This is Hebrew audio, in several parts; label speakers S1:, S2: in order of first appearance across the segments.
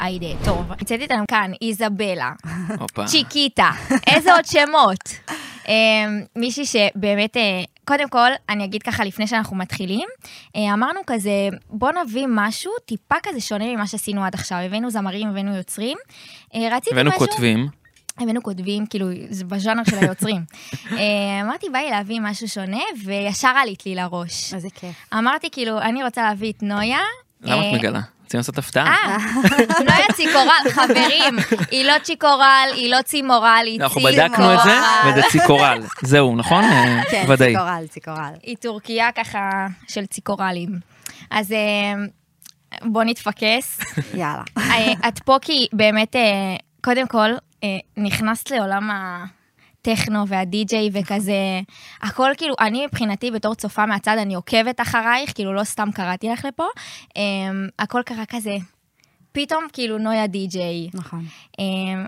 S1: hai detto. Nמצאת איתנו כאן איזבלה,
S2: הופה.
S1: צ'יקיטה, איזה עוד שמות. אה, מישהי שבאמת, אה, קודם כל, אני אגיד ככה לפני שאנחנו מתחילים, אה, אמרנו כזה, בוא נביא משהו טיפה כזה שונה ממה שעשינו עד עכשיו. הבאנו זמרים, הבאנו יוצרים. אה, רציתי
S2: הבאנו
S1: משהו...
S2: כותבים,
S1: הבאנו כותבים, כאילו, זה בז'אנר של היוצרים. אה, אמרתי, בא לי להביא משהו שונה, וישר עלית לי לראש.
S3: איזה כיף.
S1: אמרתי, כאילו, אני רוצה להביא את נויה.
S2: למה
S1: אה,
S2: את מגלה? רוצים לעשות הפתעה?
S1: אה, נויה ציקורל, חברים, היא לא צ'יקורל, היא לא צימורל, היא
S2: אנחנו
S1: ציקורל.
S2: בדקנו את זה, וזה ציקורל. זהו, נכון? אה,
S3: כן,
S2: ודאי.
S3: ציקורל, ציקורל.
S1: היא טורקיה ככה של ציקורלים. אז אה, בוא נתפקס.
S3: יאללה.
S1: אה, את פה כי באמת, אה, קודם כל, אה, נכנסת לעולם ה... טכנו והדי-ג'יי וכזה, הכל כאילו, אני מבחינתי בתור צופה מהצד, אני עוקבת אחרייך, כאילו לא סתם קראתי לך לפה, אמ, הכל קרה כזה, פתאום כאילו נויה די-ג'יי,
S3: נכון.
S1: אמ,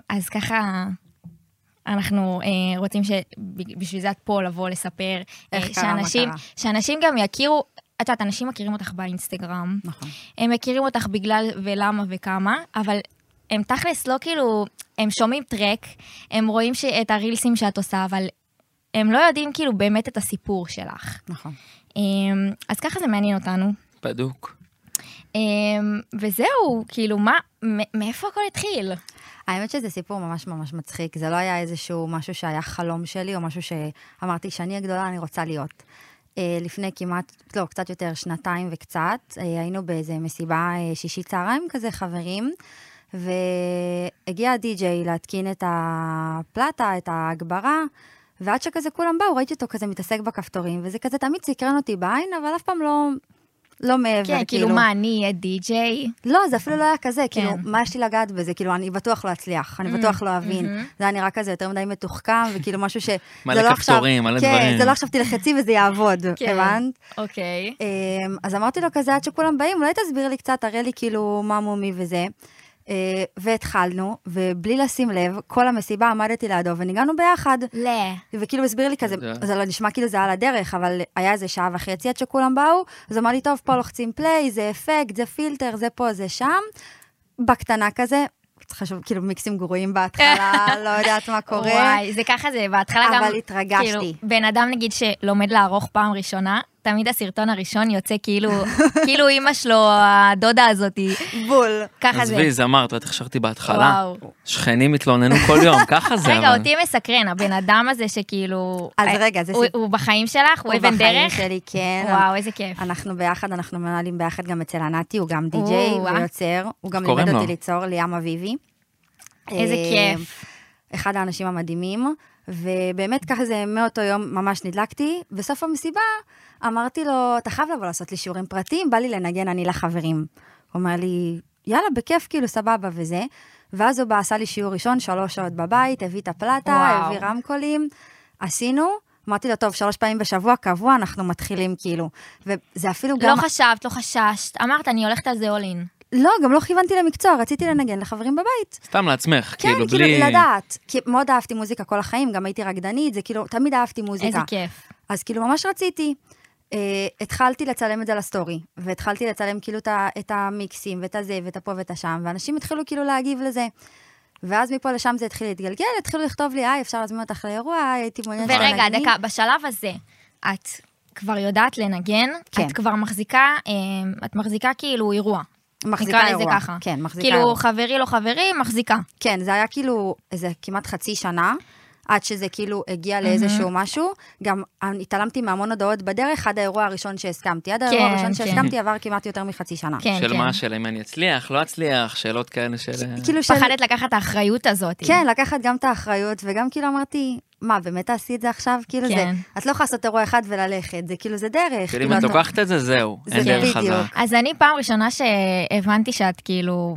S1: אז ככה, אנחנו אה, רוצים שבשביל זה את פה לבוא לספר,
S3: איך
S1: אה,
S3: קרה, מה
S1: שאנשים,
S3: קרה.
S1: שאנשים גם יכירו, את יודעת, אנשים מכירים אותך באינסטגרם,
S3: נכון.
S1: הם מכירים אותך בגלל ולמה וכמה, אבל הם תכלס לא כאילו, הם שומעים טרק, הם רואים ש- את הרילסים שאת עושה, אבל הם לא יודעים כאילו באמת את הסיפור שלך.
S3: נכון.
S1: אמ, אז ככה זה מעניין אותנו.
S2: בדוק.
S1: אמ, וזהו, כאילו, מה, מ- מאיפה הכל התחיל?
S3: האמת שזה סיפור ממש ממש מצחיק. זה לא היה איזשהו משהו שהיה חלום שלי, או משהו שאמרתי שאני הגדולה, אני רוצה להיות. אה, לפני כמעט, לא, קצת יותר, שנתיים וקצת, אה, היינו באיזה מסיבה אה, שישי צהריים כזה, חברים, והגיע הדי-ג'יי להתקין את הפלטה, את ההגברה, ועד שכזה כולם באו, ראיתי אותו כזה מתעסק בכפתורים, וזה כזה תמיד סקרן אותי בעין, אבל אף פעם לא, לא מעבר,
S1: כן, כאילו, מה, אני אהיה די-ג'יי?
S3: לא, זה אפילו לא היה כזה, כאילו,
S1: כן.
S3: מה יש לי לגעת בזה? כאילו, אני בטוח לא אצליח,
S2: Mm,
S3: אני בטוח לא אבין. זה היה נראה כזה יותר מדי מתוחכם, וכאילו משהו ש... זה
S2: mm-hmm. מלא
S3: לא עכשיו-
S2: כפתורים, מלא
S3: כן,
S2: דברים.
S3: זה לא עכשיו תלחצי וזה יעבוד,
S1: כן.
S3: הבנת?
S1: אוקיי.
S3: אמ, אז אמרתי לו כזה, עד שכולם באים, אולי תסביר לי קצת, תראה לי כאילו מה מומי וזה. אה, והתחלנו, ובלי לשים לב, כל המסיבה עמדתי לידו, וניגענו ביחד.
S1: ל...
S3: וכאילו הסביר לי כזה,
S2: זה-
S3: זה לא נשמע כאילו זה על הדרך, אבל היה איזה שעה וחצי עד שכולם באו, אז אמר לי, טוב, פה לוחצים פליי, זה אפקט, זה פילטר, זה פה, זה שם. בקטנה כזה, חשוב, כאילו מיקסים גרועים בהתחלה, לא יודעת מה קורה.
S1: וואי, זה ככה זה, בהתחלה גם...
S3: אבל התרגשתי.
S1: כאילו, בן אדם, נגיד, שלומד לערוך פעם ראשונה, תמיד הסרטון הראשון יוצא כאילו, כאילו אימא שלו, הדודה הזאתי,
S3: בול.
S1: ככה זה.
S2: עזבי, זמרת, את איך שרתי בהתחלה.
S1: וואו.
S2: שכנים התלוננו כל יום, ככה זה.
S1: רגע,
S2: אבל.
S1: אותי מסקרן, הבן אדם הזה שכאילו...
S3: אז
S1: אה,
S3: רגע, זה
S1: הוא-
S3: סיפ-
S1: הוא בחיים שלך? הוא אבן
S3: בחיים
S1: דרך?
S3: שלי, כן.
S1: וואו, איזה כיף.
S3: אנחנו ביחד, אנחנו מנהלים ביחד גם אצל ענתי, הוא גם די-ג'יי
S1: או, אה.
S3: ויוצר, הוא גם
S2: איך קוראים
S3: לימד אותי
S2: לו?
S3: ליצור, ליאם אביבי.
S1: איזה
S3: אה,
S1: כיף.
S3: אחד האנשים המדהימים, ובאמת ככה זה מאותו יום ממש נדלקתי. בסוף המסיבה אמרתי לו, אתה חייב לבוא לעשות לי שיעורים פרטיים, בא לי לנגן אני לחברים. הוא אומר לי, יאללה, בכיף, כאילו, סבבה וזה. ואז הוא בא, עשה לי שיעור ראשון, שלוש שעות בבית, הביא את הפלטה,
S1: וואו.
S3: הביא רמקולים, עשינו. אמרתי לו, טוב, שלוש פעמים בשבוע, קבוע, אנחנו מתחילים, כאילו. וזה אפילו
S1: לא
S3: גם...
S1: חשבת, לא חששת. אמרת, אני הולכת על זה all in.
S3: לא, גם לא כיוונתי למקצוע, רציתי לנגן לחברים בבית.
S2: סתם לעצמך,
S3: כן,
S2: כאילו,
S3: כאילו,
S2: בלי...
S3: לדעת. כי מאוד אהבתי מוזיקה כל החיים, גם הייתי רקדנית, זה כאילו, תמיד אהבתי מוזיקה.
S1: איזה כיף.
S3: אז כאילו, ממש רציתי. Uh, התחלתי לצלם את זה לסטורי, והתחלתי לצלם כאילו את, ה- את המיקסים, ואת הזה, ואת הפה ואת השם, ואנשים התחילו כאילו להגיב לזה. ואז מפה לשם זה התחיל להתגלגל, התחילו לכתוב לי, היי, אפשר להזמין אותך לאירוע, היי, הייתי מעוניינת
S1: ורגע,
S3: שתנגני."
S1: דקה, בשלב הזה, את כבר יודעת לנגן,
S3: כן.
S1: את כבר מחזיקה, אה, את מחזיקה כאילו אירוע.
S3: מחזיקה
S1: נקרא לזה
S3: אירוע.
S1: ככה.
S3: כן, מחזיקה
S1: כאילו,
S3: אירוע.
S1: חברי לא חברי, מחזיקה.
S3: כן, זה היה כאילו איזה כמעט חצי שנה, עד שזה כאילו הגיע לאיזשהו משהו. גם אני התעלמתי מהמון הודעות בדרך, עד האירוע הראשון שהסכמתי. עד האירוע
S1: כן,
S3: הראשון
S1: כן.
S3: שהסכמתי עבר כמעט יותר מחצי שנה.
S1: כן,
S2: של
S1: כן.
S2: מה, של אם אני אצליח, לא אצליח, שאלות כאלה של...
S3: כאילו של...
S1: פחדת לקחת את האחריות הזאת.
S3: כן, לקחת גם את האחריות, וגם כאילו אמרתי, מה, באמת תעשי את זה עכשיו? כאילו זה,
S1: כן.
S3: את לא יכולה לעשות אירוע אחד וללכת, זה כאילו זה דרך.
S2: כאילו, אם את
S3: אתה-
S2: לוקחת את זה, זהו,
S3: זה
S2: אין דרך
S3: בדיוק.
S2: חזרה.
S1: אז אני פעם ראשונה שהבנתי שאת כאילו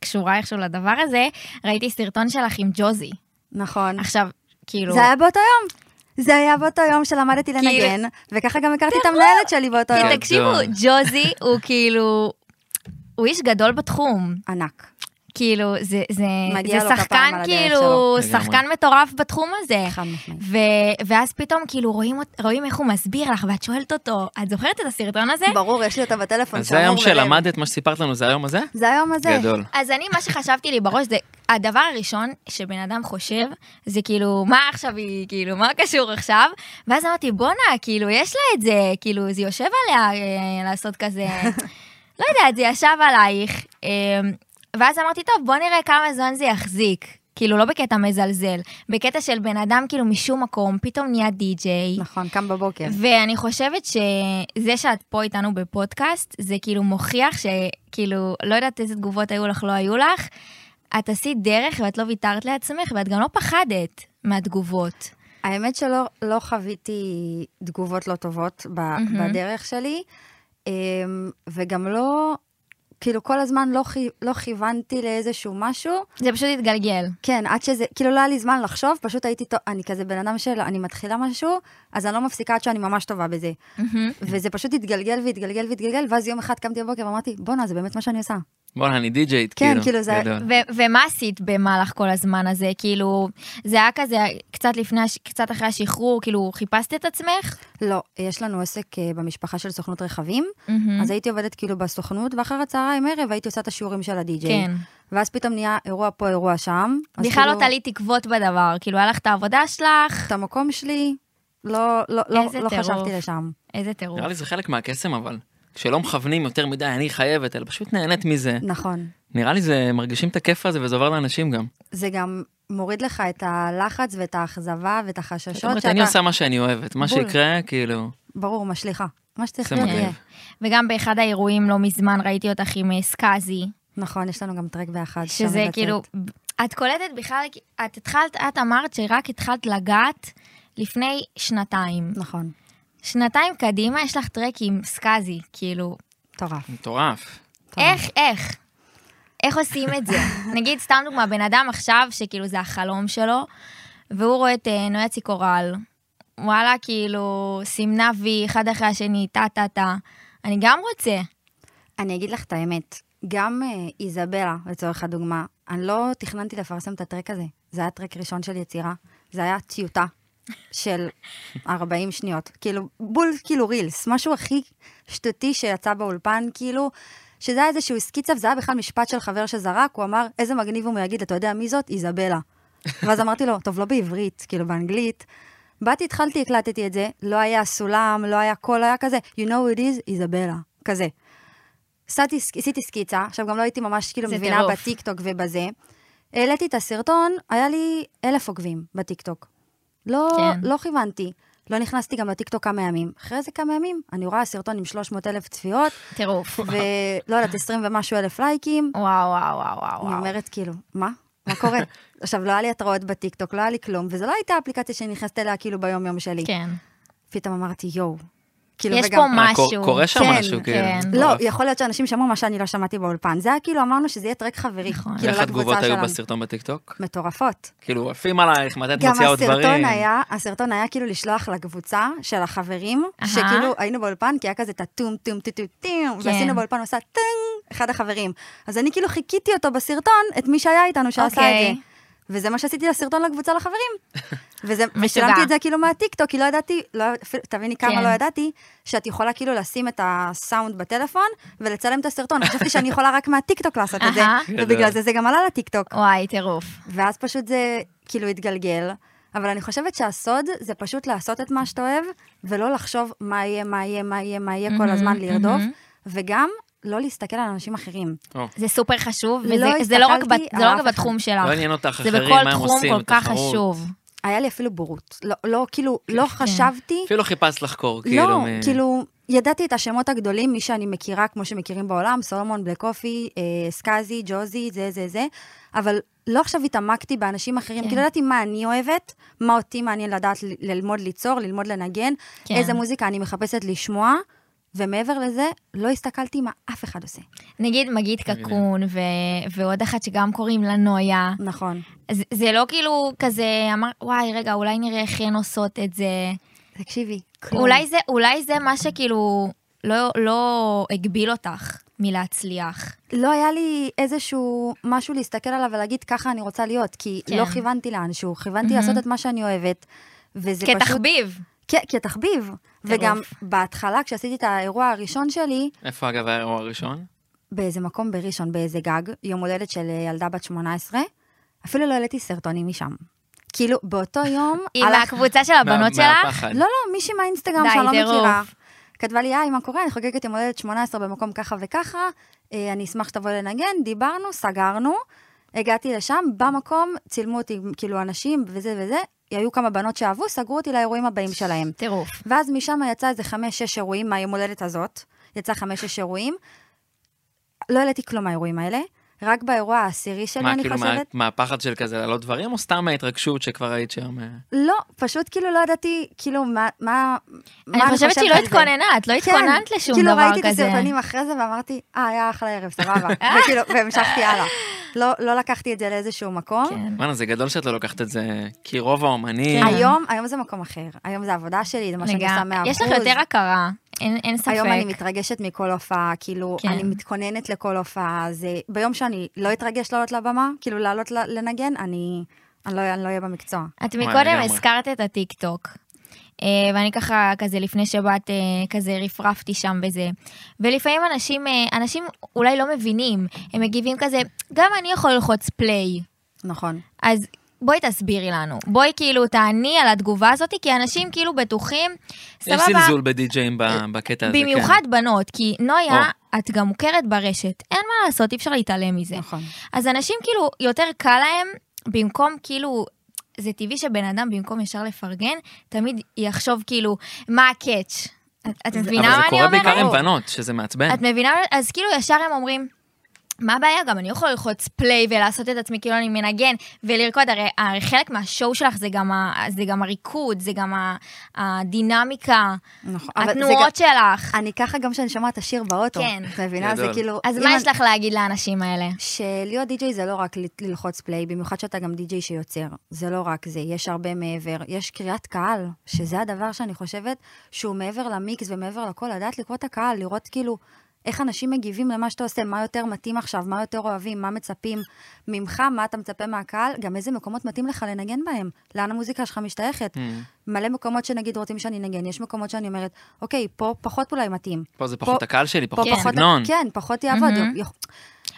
S1: קשורה איכשהו לדבר הזה, ראיתי סרטון שלך עם ג'וזי.
S3: נכון.
S1: עכשיו, כאילו...
S3: זה היה באותו יום. זה היה באותו יום שלמדתי לנגן, וככה גם הכרתי
S1: נכון.
S3: את המנהלת שלי באותו יום.
S1: כי תקשיבו,
S2: גדול.
S1: ג'וזי הוא כאילו... הוא איש גדול בתחום.
S3: ענק.
S1: כאילו, זה, זה,
S3: מגיע
S1: זה
S3: לו כפיים
S1: שחקן
S3: על הדרך
S1: כאילו,
S3: שלו.
S1: שחקן מטורף בתחום הזה.
S3: חד משמעית.
S1: ו- ואז פתאום כאילו רואים, אות- רואים איך הוא מסביר לך, ואת שואלת אותו, את זוכרת את הסרטון הזה?
S3: ברור, יש לי אותה בטלפון.
S2: אז זה
S3: שמור
S2: היום
S3: בלב.
S2: שלמדת מה שסיפרת לנו, זה היום הזה?
S3: זה היום הזה.
S2: גדול.
S1: אז אני, מה שחשבתי לי בראש זה, הדבר הראשון שבן אדם חושב, זה כאילו, מה עכשיו היא, כאילו, מה קשור עכשיו? ואז אמרתי, בואנה, כאילו, יש לה את זה, כאילו, זה יושב עליה אה, לעשות כזה, לא יודעת, זה ישב עלייך. אה, ואז אמרתי, טוב, בוא נראה כמה זמן זה יחזיק. כאילו, לא בקטע מזלזל, בקטע של בן אדם, כאילו, משום מקום, פתאום נהיה די-ג'יי.
S3: נכון, קם בבוקר.
S1: ואני חושבת שזה שאת פה איתנו בפודקאסט, זה כאילו מוכיח שכאילו, לא יודעת איזה תגובות היו לך, לא היו לך, את עשית דרך ואת לא ויתרת לעצמך, ואת גם לא פחדת מהתגובות.
S3: האמת שלא לא חוויתי תגובות לא טובות ב, mm-hmm. בדרך שלי, אמ, וגם לא, כאילו כל הזמן לא, חי, לא כיוונתי לאיזשהו משהו.
S1: זה פשוט התגלגל.
S3: כן, עד שזה, כאילו לא היה לי זמן לחשוב, פשוט הייתי, טוב, אני כזה בן אדם של, אני מתחילה משהו, אז אני לא מפסיקה עד שאני ממש טובה בזה. וזה פשוט התגלגל והתגלגל והתגלגל, ואז יום אחד קמתי בבוקר ואמרתי, בואנה, זה באמת מה שאני עושה.
S2: בוא'נה, אני די-ג'ייט,
S3: כן,
S2: כאילו.
S3: כאילו, זה-
S2: גדול.
S1: ו- ומה עשית במהלך כל הזמן הזה? כאילו, זה היה כזה קצת לפני, הש- קצת אחרי השחרור, כאילו, חיפשת את עצמך?
S3: לא, יש לנו עסק אה, במשפחה של סוכנות רכבים,
S1: Mm-hmm.
S3: אז הייתי עובדת כאילו בסוכנות, ואחר הצהריים ערב הייתי עושה את השיעורים של הדי-ג'יי.
S1: כן.
S3: ואז פתאום נהיה אירוע פה, אירוע שם. אז
S1: בכלל לא
S3: כאילו,
S1: תלי תקוות בדבר, כאילו, היה לך את העבודה שלך,
S3: את המקום שלי, לא, לא, לא,
S1: איזה
S3: לא
S1: טירוף.
S3: חשבתי לשם.
S1: איזה טירוף.
S2: נראה לי זה חלק מהקסם, אבל. כשלא מכוונים יותר מדי, אני חייבת, אלא פשוט נהנית מזה.
S3: נכון.
S2: נראה לי זה, מרגישים את הכיף הזה וזה עובר לאנשים גם.
S3: זה גם מוריד לך את הלחץ ואת האכזבה ואת החששות
S2: זאת אומרת, אני עושה מה שאני אוהבת, מה
S3: בול.
S2: שיקרה, כאילו,
S3: ברור, משליכה. מה שצריך
S2: זה
S3: להיות
S2: מגניב.
S3: יהיה.
S1: וגם באחד האירועים לא מזמן ראיתי אותך עם אה, סקאזי,
S3: נכון, יש לנו גם טרק ביחד. שם
S1: שזה
S3: מבצעת.
S1: כאילו, את קולטת בכלל, את התחלת, את אמרת שרק התחלת לגעת לפני שנתיים.
S3: נכון,
S1: שנתיים קדימה יש לך טרק עם סקאזי, כאילו,
S3: מטורף.
S2: מטורף.
S3: טוב.
S1: איך, איך? איך עושים את זה? נגיד, סתם דוגמה, בן אדם עכשיו, שכאילו זה החלום שלו, והוא רואה את אה, נויה ציקורל, וואלה, כאילו, סימנה וי, אחד אחרי השני, טה-טה-טה. אני גם רוצה.
S3: אני אגיד לך את האמת, גם אה, איזבלה, לצורך הדוגמה, אני לא תכננתי לפרסם את הטרק הזה. זה היה טרק ראשון של יצירה, זה היה טיוטה של 40 שניות. כאילו, בול כאילו רילס, משהו הכי שטותי שיצא באולפן, כאילו, שזה היה איזשהו סקיצה, וזה היה בכלל משפט של חבר שזרק, הוא אמר, איזה מגניב הוא יגיד, אתה יודע מי זאת? איזבלה. ואז אמרתי לו, טוב, לא בעברית, כאילו באנגלית. באתי, התחלתי, הקלטתי את זה, לא היה סולם, לא היה קול, היה כזה, you know it is, איזבלה, כזה. עשיתי, עשיתי סקיצה, עכשיו גם לא הייתי ממש כאילו
S1: זה
S3: מבינה
S1: טירוף.
S3: בטיקטוק ובזה. העליתי את הסרטון, היה לי אלף עוקבים בטיקטוק. לא,
S1: כן.
S3: כן. לא כיוונתי. לא נכנסתי גם לטיקטוק כמה ימים. אחרי זה כמה ימים, אני רואה סרטון עם 300 אלף צפיות,
S1: טירוף.
S3: ולא יודעת, 20 ומשהו אלף לייקים.
S1: וואו, וואו, וואו, וואו.
S3: אני אומרת כאילו, מה? מה קורה? עכשיו, לא היה לי התראות בטיקטוק, לא היה לי כלום, וזו לא הייתה האפליקציה שנכנסת אליה כאילו ביום-יום שלי.
S1: כן.
S3: פתאום אמרתי, יואו. כאילו,
S1: יש
S3: וגם-
S1: פה
S2: אה, קור-
S1: משהו.
S2: קורה שם
S3: כן,
S2: משהו, כאילו.
S1: כן.
S3: לא,
S2: מטורף.
S3: יכול להיות שאנשים שמעו מה שאני לא שמעתי באולפן. זה היה כאילו, אמרנו שזה יהיה טרק חברי.
S1: נכון.
S3: כאילו,
S2: ואיך התגובות
S3: לקבוצה
S2: היו
S3: שלנו.
S2: בסרטון בטיקטוק?
S3: מטורפות.
S2: כאילו, עפים עלייך, מתי את
S3: גם
S2: מוציאה עוד דברים?
S3: הסרטון היה, הסרטון היה כאילו לשלוח לקבוצה של החברים,
S1: אהה.
S3: שכאילו היינו באולפן, כי היה כזה את הטום טום טום טום טום,
S1: כן.
S3: ועשינו באולפן עושה טינג, אחד החברים. אז אני כאילו חיכיתי אותו בסרטון, את מי שהיה איתנו שעשה את
S1: אוקיי.
S3: זה. וזה מה שעשיתי לסרטון לקבוצה לחברים. וזה,
S1: משוגע.
S3: ושילמתי את זה כאילו מהטיקטוק, כי לא ידעתי, לא, אפילו, תביני כמה
S1: כן.
S3: לא ידעתי, שאת יכולה כאילו לשים את הסאונד בטלפון ולצלם את הסרטון. חשבתי שאני יכולה רק מהטיקטוק לעשות את זה,
S1: אהה.
S3: ובגלל זה זה גם עלה לטיקטוק.
S1: וואי, טירוף.
S3: ואז פשוט זה כאילו התגלגל. אבל אני חושבת שהסוד זה פשוט לעשות את מה שאתה אוהב, ולא לחשוב מה יהיה, מה יהיה, מה יהיה, מה יהיה כל הזמן לרדוף, וגם לא להסתכל על אנשים אחרים.
S2: או,
S1: זה סופר חשוב,
S3: לא
S1: וזה זה לא רק בת-
S3: הסתכלתי
S1: זה לא
S3: על
S1: רק
S3: אף אחד.
S1: בתחום שלך.
S2: לא עניין אותך
S1: זה
S2: אחרים,
S1: בכל
S2: מה הם
S1: תחום
S2: עושים,
S1: כל כך
S2: תחרות.
S1: חשוב.
S3: היה לי אפילו בורות. לא, לא כאילו, לא חשבתי,
S2: אפילו חיפשת לחקור, כאילו.
S3: לא,
S2: מ-
S3: כאילו, ידעתי את השמות הגדולים, מי שאני מכירה, כמו שמכירים בעולם, סולומון, בלק קופי, אה, סקאזי, ג'וזי, זה, זה, זה, אבל לא עכשיו התעמקתי באנשים אחרים,
S1: כן.
S3: כאילו ידעתי מה אני אוהבת, מה אותי מעניין לדעת, ל- ללמוד ליצור, ללמוד לנגן,
S1: כן.
S3: איזה מוזיקה אני מחפשת לשמוע, ומעבר לזה, לא הסתכלתי מה אף אחד עושה.
S1: נגיד מגית קקון, ו- ועוד אחת שגם קוראים לה נויה.
S3: נכון.
S1: זה- זה לא כאילו כזה, אמר, וואי, רגע, אולי נראה איך הן עושות את זה.
S3: תקשיבי.
S1: אולי זה- אולי זה מה שכאילו לא- לא הגביל אותך מלהצליח.
S3: לא היה לי איזשהו משהו להסתכל עליו ולהגיד, ככה אני רוצה להיות, כי
S1: כן.
S3: כן. לא כיוונתי לאנשהו, כיוונתי mm-hmm. לעשות את מה שאני אוהבת, וזה פשוט...
S1: כתחביב.
S3: כ- כתחביב. כן, וגם בהתחלה, כשעשיתי את האירוע הראשון שלי,
S2: איפה אגב האירוע הראשון?
S3: באיזה מקום בראשון, באיזה גג, יום הולדת של אה, ילדה בת 18, אפילו לא העליתי סרטונים משם. כאילו, באותו יום...
S1: עם
S3: הלך-
S1: הקבוצה של
S2: מה-
S1: הבנות שלך?
S2: מהפחד.
S3: לא, לא, מישהי מהאינסטגרם
S1: די,
S3: שאני לא
S1: טירוף.
S3: מכירה. כתבה לי, היי, מה קורה? אני חוגגת יום הולדת 18 במקום ככה וככה, אה, אני אשמח שתבוא לנגן, דיברנו, סגרנו, הגעתי לשם, במקום צילמו אותי, כאילו, אנשים וזה וזה, היו כמה בנות שאהבו, סגרו אותי לאירועים הבאים שלהם.
S1: טירוף.
S3: ואז משם יצא איזה חמש-שש אירועים מהיום הולדת הזאת, יצא חמש-שש אירועים. לא העליתי כלום מהאירועים האלה, רק באירוע העשירי שלי,
S2: מה,
S3: אני
S2: כאילו, מה-
S3: חושבת.
S2: מהפחד של כזה לעלות דברים, או סתם מההתרגשות שכבר היית שם? אה?
S3: לא, פשוט כאילו לא ידעתי, כאילו, מה... מה מה
S1: אני חושבת שהיא לא
S3: על זה.
S1: התכוננה, את לא
S3: כן,
S1: התכוננת לשום
S3: כאילו
S1: דבר
S3: ראיתי את
S1: כזה.
S3: הסרטונים אחרי זה ואמרתי, אה, היה אחלה ערב, סבבה. וכאילו, והמשכתי הלאה. לא, לא לקחתי את זה לאיזשהו מקום.
S1: כן.
S2: וואנה, זה גדול שאת לא לוקחת את זה, כי רוב האומנים...
S1: כן.
S3: היום, היום זה מקום אחר. היום זה העבודה שלי, זה מה שאני עושה 100%.
S1: לגמרי. יש לך יותר הכרה, אין אין ספק.
S3: היום אני מתרגשת מכל הופעה, כאילו,
S1: כן.
S3: כן. אני מתכוננת לכל הופעה, זה... ביום שאני לא אתרגש לעלות לבמה, כאילו לעלות ל- לנגן, אני, אני, לא, אני לא אהיה במקצוע.
S1: את
S2: וואי,
S1: מקודם
S2: לגמרי.
S1: הזכרת את הטיקטוק. אה, ואני ככה, כזה לפני שבאת, אה, כזה רפרפתי שם בזה. ולפעמים אנשים, אה, אנשים אולי לא מבינים, הם מגיבים כזה, גם אני יכול ללחוץ פליי.
S3: נכון.
S1: אז בואי תסבירי לנו. בואי כאילו תעני על התגובה הזאת, כי אנשים כאילו בטוחים,
S2: יש
S1: סבבה,
S2: זלזול בדי-ג'אים ב- בקטע הזה, כן.
S1: במיוחד בנות, כי נויה, את גם מוכרת ברשת, אין מה לעשות, אי אפשר להתעלם מזה.
S3: נכון.
S1: אז אנשים כאילו, יותר קל להם, במקום כאילו, זה טבעי שבן אדם במקום ישר לפרגן, תמיד יחשוב כאילו, מה הקאץ'? את- את מבינה
S2: כן. אבל
S1: מה אני
S2: זה קורה
S1: אומרת? לא.
S2: בעיקר עם בנות, כן. שזה מעצבן.
S1: את מבינה? אז כאילו ישר הם אומרים, מה הבעיה? גם אני יכול ללחוץ פליי ולעשות את עצמי כאילו אני מנגן ולרקוד, הרי, הרי חלק מהשואו שלך זה גם, ה, זה גם הריקוד, זה גם ה, הדינמיקה,
S3: נכון. אבל זה
S1: התנועות שלך.
S3: גם, אני ככה גם כשאני שומעת את השיר באוטו.
S1: כן.
S3: את מבינה? זה
S2: גדול.
S3: כאילו...
S1: אז
S3: אם
S1: מה
S3: אני-
S1: יש לך להגיד לאנשים האלה?
S3: שלהיות די-ג'יי זה לא רק ל- ללחוץ פליי, במיוחד שאתה גם די-ג'יי שיוצר. זה לא רק זה, יש הרבה מעבר. יש קריאת קהל, שזה הדבר שאני חושבת שהוא מעבר למיקס ומעבר לכל, לדעת לקרוא את הקהל, לראות כאילו איך אנשים מגיבים למה שאתה עושה, מה יותר מתאים עכשיו, מה יותר אוהבים, מה מצפים ממך, מה אתה מצפה מהקהל, גם איזה מקומות מתאים לך לנגן בהם, לאן המוזיקה שלך משתייכת. מלא מקומות שנגיד רוצים שאני אנגן, יש מקומות שאני אומרת, אוקיי, פה פחות אולי מתאים.
S2: פה זה פחות הקהל שלי,
S3: פה
S2: פחות
S1: כן.
S2: הסגנון.
S3: כן, פחות יעבוד.
S1: מהמם.
S3: יוכ-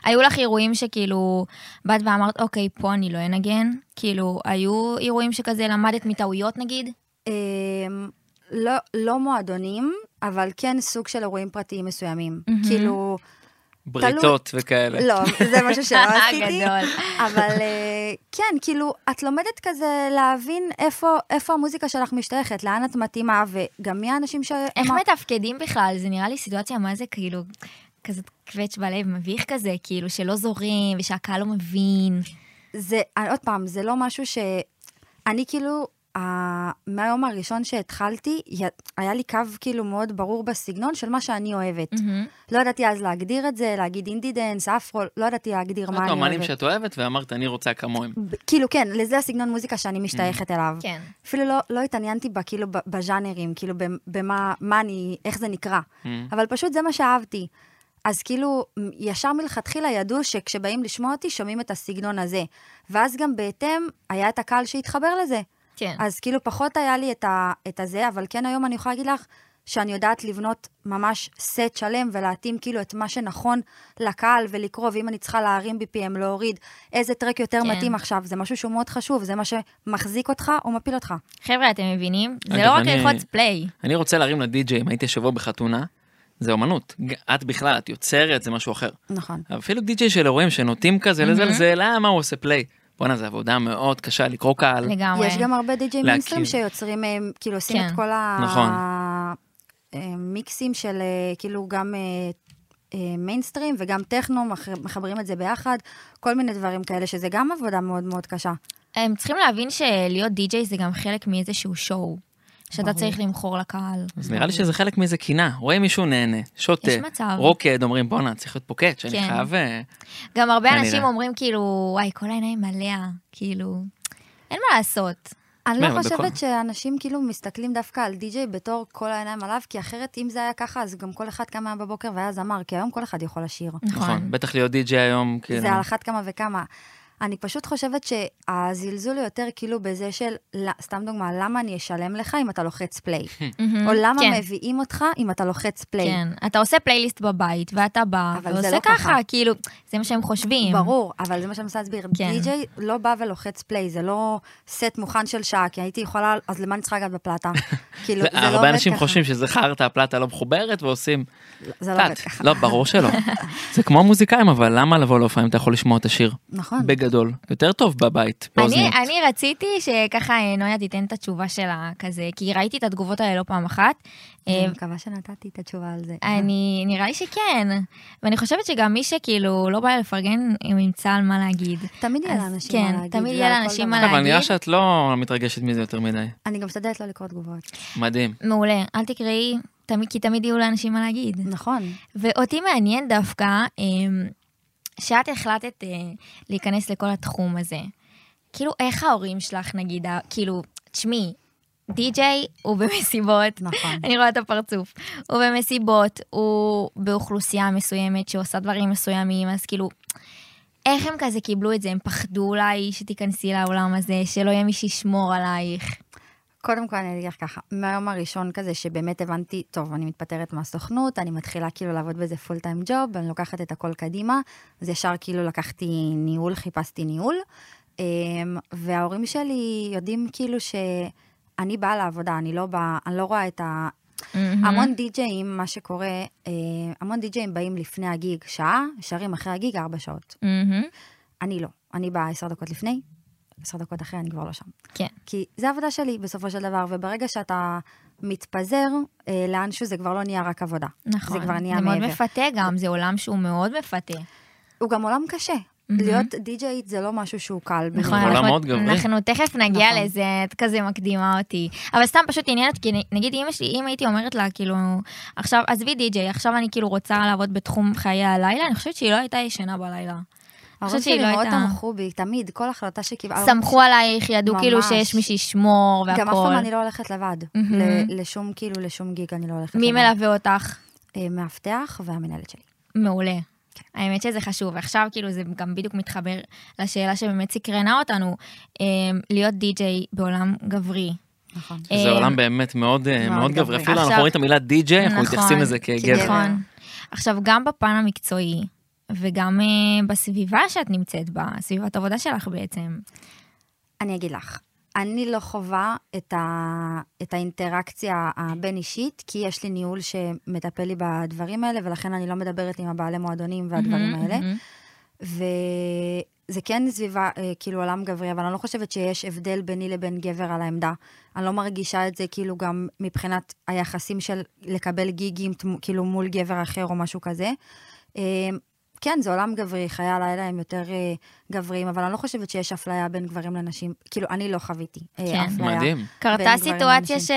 S1: היו לך אירועים שכאילו, באת ואמרת, אוקיי, פה אני לא אנגן? כאילו, היו אירועים שכזה למדת מטעויות נגיד?
S3: אמ, לא, לא מועדונים, אבל כן סוג של אירועים פרטיים מסוימים.
S1: מהמם.
S3: כאילו,
S1: כן,
S2: בריתות וכאלה.
S3: לא, זה משהו שלא עשיתי.
S1: גדול.
S3: אבל אה, כן, כאילו, את לומדת כזה להבין איפה, איפה המוזיקה שלך משתייכת, לאן את מתאימה, וגם מי האנשים ש...
S1: איך
S3: מה-
S1: מתפקדים בכלל? זה נראה לי סיטואציה מה זה כאילו, כזאת קווץ' בלב מביך כזה, כאילו שלא זורים ושהקהל לא מבין.
S3: זה, אני- עוד פעם, זה לא משהו ש... אני כאילו, ה- מהיום הראשון שהתחלתי, י- היה לי קו כאילו מאוד ברור בסגנון של מה שאני אוהבת. לא ידעתי אז להגדיר את זה, להגיד אינדי דנס, אפרו, לא ידעתי להגדיר מה
S2: את
S3: אני אוהבת.
S2: האומנים שאת אוהבת, ואמרת, אני רוצה כמוהם.
S3: ב- כאילו, כן, לזה הסגנון מוזיקה שאני משתייכת אליו.
S1: כן.
S3: אפילו לא, לא התעניינתי בה, כאילו, ב- בז'אנרים, כאילו, במ- במה מה אני, איך זה נקרא.
S1: Mm.
S3: אבל פשוט זה מה שאהבתי. אז כאילו, מ- ישר מלכתחילה ידעו שכשבאים לשמוע אותי, שומעים את הסגנון הזה. ואז גם בהתאם, היה את הקהל שהתחבר לזה.
S1: כן.
S3: אז כאילו, פחות היה לי את, ה, את הזה, אבל כן, היום אני יכולה להגיד לך שאני יודעת לבנות ממש סט שלם ולהתאים כאילו את מה שנכון לקהל ולקרוא, ואם אני צריכה להרים BPM, להוריד, איזה טרק יותר
S1: כן.
S3: כן. מתאים עכשיו, זה משהו שהוא מאוד חשוב, זה מה שמחזיק אותך או מפיל אותך.
S1: חבר'ה, אתם מבינים? זה
S2: אגב,
S1: לא רק
S2: אני-
S1: ללחוץ פליי.
S2: אני רוצה להרים לדי-ג'יי, אם הייתי השבוע בחתונה, זה אומנות. ג- את בכלל, את יוצרת, זה משהו אחר.
S3: נכון.
S2: אפילו די-ג'יי של אירועים שנוטים כזה לזלזל, אה, מה הוא עושה פליי? בואנה, זו עבודה מאוד קשה לקרוא קהל.
S1: לגמרי.
S3: יש גם הרבה די-ג'אים
S2: להכיר.
S3: אינסטרים שיוצרים, אה, כאילו עושים
S1: כן.
S3: את כל
S2: נכון.
S3: המיקסים של אה, כאילו גם אה, אה, מיינסטרים וגם טכנו, מח- מחברים את זה ביחד, כל מיני דברים כאלה, שזה גם עבודה מאוד מאוד קשה.
S1: הם צריכים להבין שלהיות די-ג'יי זה גם חלק מאיזשהו שואו, שאתה צריך למכור לקהל.
S2: אז נראה לי שזה חלק מאיזה קינה. רואה מישהו נהנה, שותה,
S1: יש מצב.
S2: רוקד, אומרים, בואנה, צריך להיות פה קאץ', אני
S1: כן.
S2: חייב... אה,
S1: גם הרבה
S2: כנראה.
S1: אנשים אומרים כאילו, וואי, כל העיניים עליה, כאילו, אין מה לעשות.
S3: אני לא
S2: מה, בכל-
S3: חושבת שאנשים כאילו מסתכלים דווקא על די-ג'יי בתור כל העיניים עליו, כי אחרת, אם זה היה ככה, אז גם כל אחד קם היה בבוקר והיה זמר, כי היום כל אחד יכול לשיר.
S2: נכון, בטח להיות די.ג'יי היום, כאילו.
S3: זה על אחת כמה וכמה. אני פשוט חושבת שהזלזול הוא יותר כאילו בזה של, לא- סתם דוגמה, למה אני אשלם לך אם אתה לוחץ פליי?
S1: מהמם.
S3: או למה
S1: כן,
S3: מביאים אותך אם אתה לוחץ פליי?
S1: כן, אתה עושה פלייליסט בבית, ואתה בא,
S3: אבל זה
S1: ועושה
S3: לא
S1: ככה,
S3: ככה.
S1: כאילו, זה מה שהם חושבים.
S3: ברור, אבל זה מה שאני מנסה להסביר.
S1: כן.
S3: די.ג'יי לא בא ולוחץ פליי, זה לא סט מוכן של שעה, כי הייתי יכולה, אז למה אני צריכה לגעת בפלטה? כאילו,
S2: זה-
S3: זה לא עובד ככה.
S2: הרבה אנשים חושבים שזה חרטא, הפלטה לא מחוברת, ועושים
S3: זה לא עובד
S2: פלט.
S3: ככה.
S2: לא, ברור שלא. זה כמו מוזיקאים, אבל למה לבוא להופעה אם אתה יכול לשמוע את השיר?
S3: נכון.
S2: בגדול. יותר טוב בבית,
S1: אני,
S2: באוזניות.
S1: אני רציתי שככה אה, נויה תיתן את התשובה שלה כזה, כי ראיתי את התגובות האלה לא פעם אחת. אה,
S3: אני מקווה שנתתי את התשובה על זה.
S1: אני, נראה לי שכן. ואני חושבת שגם מי שכאילו לא בא לה לפרגן, הוא ימצא על מה להגיד.
S3: תמיד יהיה
S1: אז
S3: לאנשים
S1: כן,
S3: מה להגיד,
S1: תמיד
S3: זה
S1: יהיה
S3: על כל
S1: לאנשים
S3: דבר.
S1: מה
S2: אבל נראה
S1: להגיד.
S2: שאת לא מתרגשת מזה יותר מדי.
S3: אני גם משתדלת לא לקרוא תגובות.
S2: מדהים.
S1: מעולה, אל תקראי, תמיד, כי תמיד יהיו לאנשים מה להגיד.
S3: נכון.
S1: ואותי מעניין דווקא, אמ, שאת החלטת אה, להיכנס לכל התחום הזה. כאילו, איך ההורים שלך, נגיד, ה- כאילו, תשמעי, די-ג'יי הוא במסיבות,
S3: נכון.
S1: אני רואה את הפרצוף, הוא במסיבות, הוא באוכלוסייה מסוימת שעושה דברים מסוימים, אז כאילו, איך הם כזה קיבלו את זה? הם פחדו אולי שתיכנסי לעולם הזה, שלא יהיה מי שישמור עלייך.
S3: קודם כל אני אגיד לך ככה, מהיום הראשון כזה שבאמת הבנתי, טוב, אני מתפטרת מהסוכנות, אני מתחילה כאילו לעבוד באיזה פול טיים ג'וב, אני לוקחת את הכל קדימה, אז ישר כאילו לקחתי ניהול, חיפשתי ניהול, אמ, וההורים שלי יודעים כאילו שאני באה לעבודה, אני לא באה, אני לא רואה את ה... המון די-ג'אים, מה שקורה, אה, המון די-ג'אים באים לפני הגיג שעה, שרים אחרי הגיג ארבע שעות.
S1: מהמם.
S3: אני לא, אני באה עשר דקות לפני, עשר דקות אחרי, אני כבר לא שם.
S1: כן.
S3: כי זה העבודה שלי בסופו של דבר, וברגע שאתה מתפזר, אה, לאנשהו זה כבר לא נהיה רק עבודה.
S1: נכון.
S3: זה כבר נהיה
S1: זה
S3: מעבר.
S1: מאוד מפתה גם, זה עולם שהוא מאוד מפתה.
S3: הוא גם עולם קשה. להיות די-ג'אית זה לא משהו שהוא
S1: נכון.
S3: קל. במיוחד.
S2: עולם
S1: אנחנו-
S2: מאוד גברי.
S1: אנחנו תכף נגיע
S3: נכון.
S1: לזה, את כזה מקדימה אותי. אבל סתם פשוט עניין אותי, כי נ- נגיד אמא שלי, אם הייתי אומרת לה, כאילו, עכשיו, עזבי די.ג'יי, עכשיו אני כאילו רוצה לעבוד בתחום חיי הלילה, אני חושבת שהיא לא הייתה ישנה בלילה.
S3: ההורים
S1: חושבת שהיא
S3: שלי
S1: לא
S3: מאוד
S1: הייתה-
S3: תמכו בי, תמיד, כל החלטה שקיבלתי.
S1: סמכו עלייך, ידעו כאילו
S3: אה, ממש.
S1: שיש מי שישמור והכל.
S3: גם אף פעם אני לא הולכת לבד.
S1: מהמם.
S3: ל- לשום, כאילו, לשום גיג אני לא הולכת לבד.
S1: מי מלווה אותך?
S3: אה, מאבטח והמנהלת שלי.
S1: מעולה.
S3: כן.
S1: האמת שזה חשוב, ועכשיו כאילו זה גם בדיוק מתחבר לשאלה שבאמת סקרנה אותנו, אה, להיות די.ג'יי בעולם גברי.
S3: נכון.
S2: זה
S1: אה,
S2: עולם באמת מאוד אה,
S3: מאוד
S2: מאוד גברי.
S3: גברי.
S2: אפילו אנחנו
S1: עכשיו-
S2: רואים את המילה די.ג'יי, כן, אנחנו
S1: נכון,
S2: מתייחסים לזה כגבר.
S3: כגבר.
S1: נכון. עכשיו, גם בפן המקצועי, וגם אה, בסביבה שאת נמצאת בה, סביבת עבודה שלך בעצם.
S3: אני אגיד לך, אני לא חווה את, ה, את האינטראקציה הבין-אישית, כי יש לי ניהול שמטפל לי בדברים האלה, ולכן אני לא מדברת עם הבעלי מועדונים והדברים
S1: מהמם,
S3: האלה.
S1: מהמם.
S3: וזה כן סביבה, אה, כאילו עולם גברי, אבל אני לא חושבת שיש הבדל ביני לבין גבר על העמדה. אני לא מרגישה את זה כאילו גם מבחינת היחסים של לקבל גיגים תמו- כאילו מול גבר אחר או משהו כזה. אה, כן, זה עולם גברי, חיי הלילה הם יותר אה, גבריים, אבל אני לא חושבת שיש אפליה בין גברים לנשים. כאילו, אני לא חוויתי אה,
S1: כן.
S3: אפליה.
S2: מדהים.
S1: קרתה
S3: בין גברים
S1: סיטואציה
S3: לאנשים.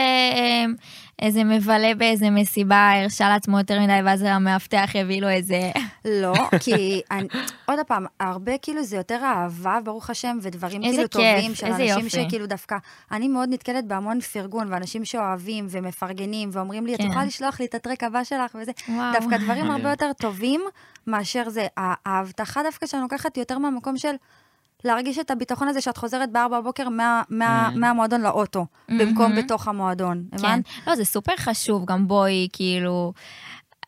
S1: שאיזה מבלה באיזה מסיבה הרשה לעצמו יותר מדי, ואז המאבטח הביא לו איזה...
S3: לא, כי אני, עוד פעם, הרבה כאילו זה יותר אהבה, ברוך השם, ודברים
S1: איזה
S3: כאילו
S1: כיף,
S3: טובים של
S1: איזה
S3: אנשים
S1: יופי.
S3: שכאילו דווקא, אני מאוד נתקלת בהמון פרגון, ואנשים שאוהבים ומפרגנים ואומרים לי, את
S1: כן.
S3: יכולה לשלוח לי את הטרק הבא שלך וזה,
S1: וואו. כן.
S3: דווקא דברים
S2: מדהים.
S3: הרבה יותר טובים מאשר זה. ה- ההבטחה דווקא שאני לוקחת היא יותר מהמקום של להרגיש את הביטחון הזה שאת חוזרת בארבע בבוקר מה- מה-
S2: Mm.
S3: מהמועדון לאוטו, במקום בתוך המועדון,
S1: Mm-hmm. כן.
S3: הבנת?
S1: לא, זה סופר חשוב, גם בואי, כאילו...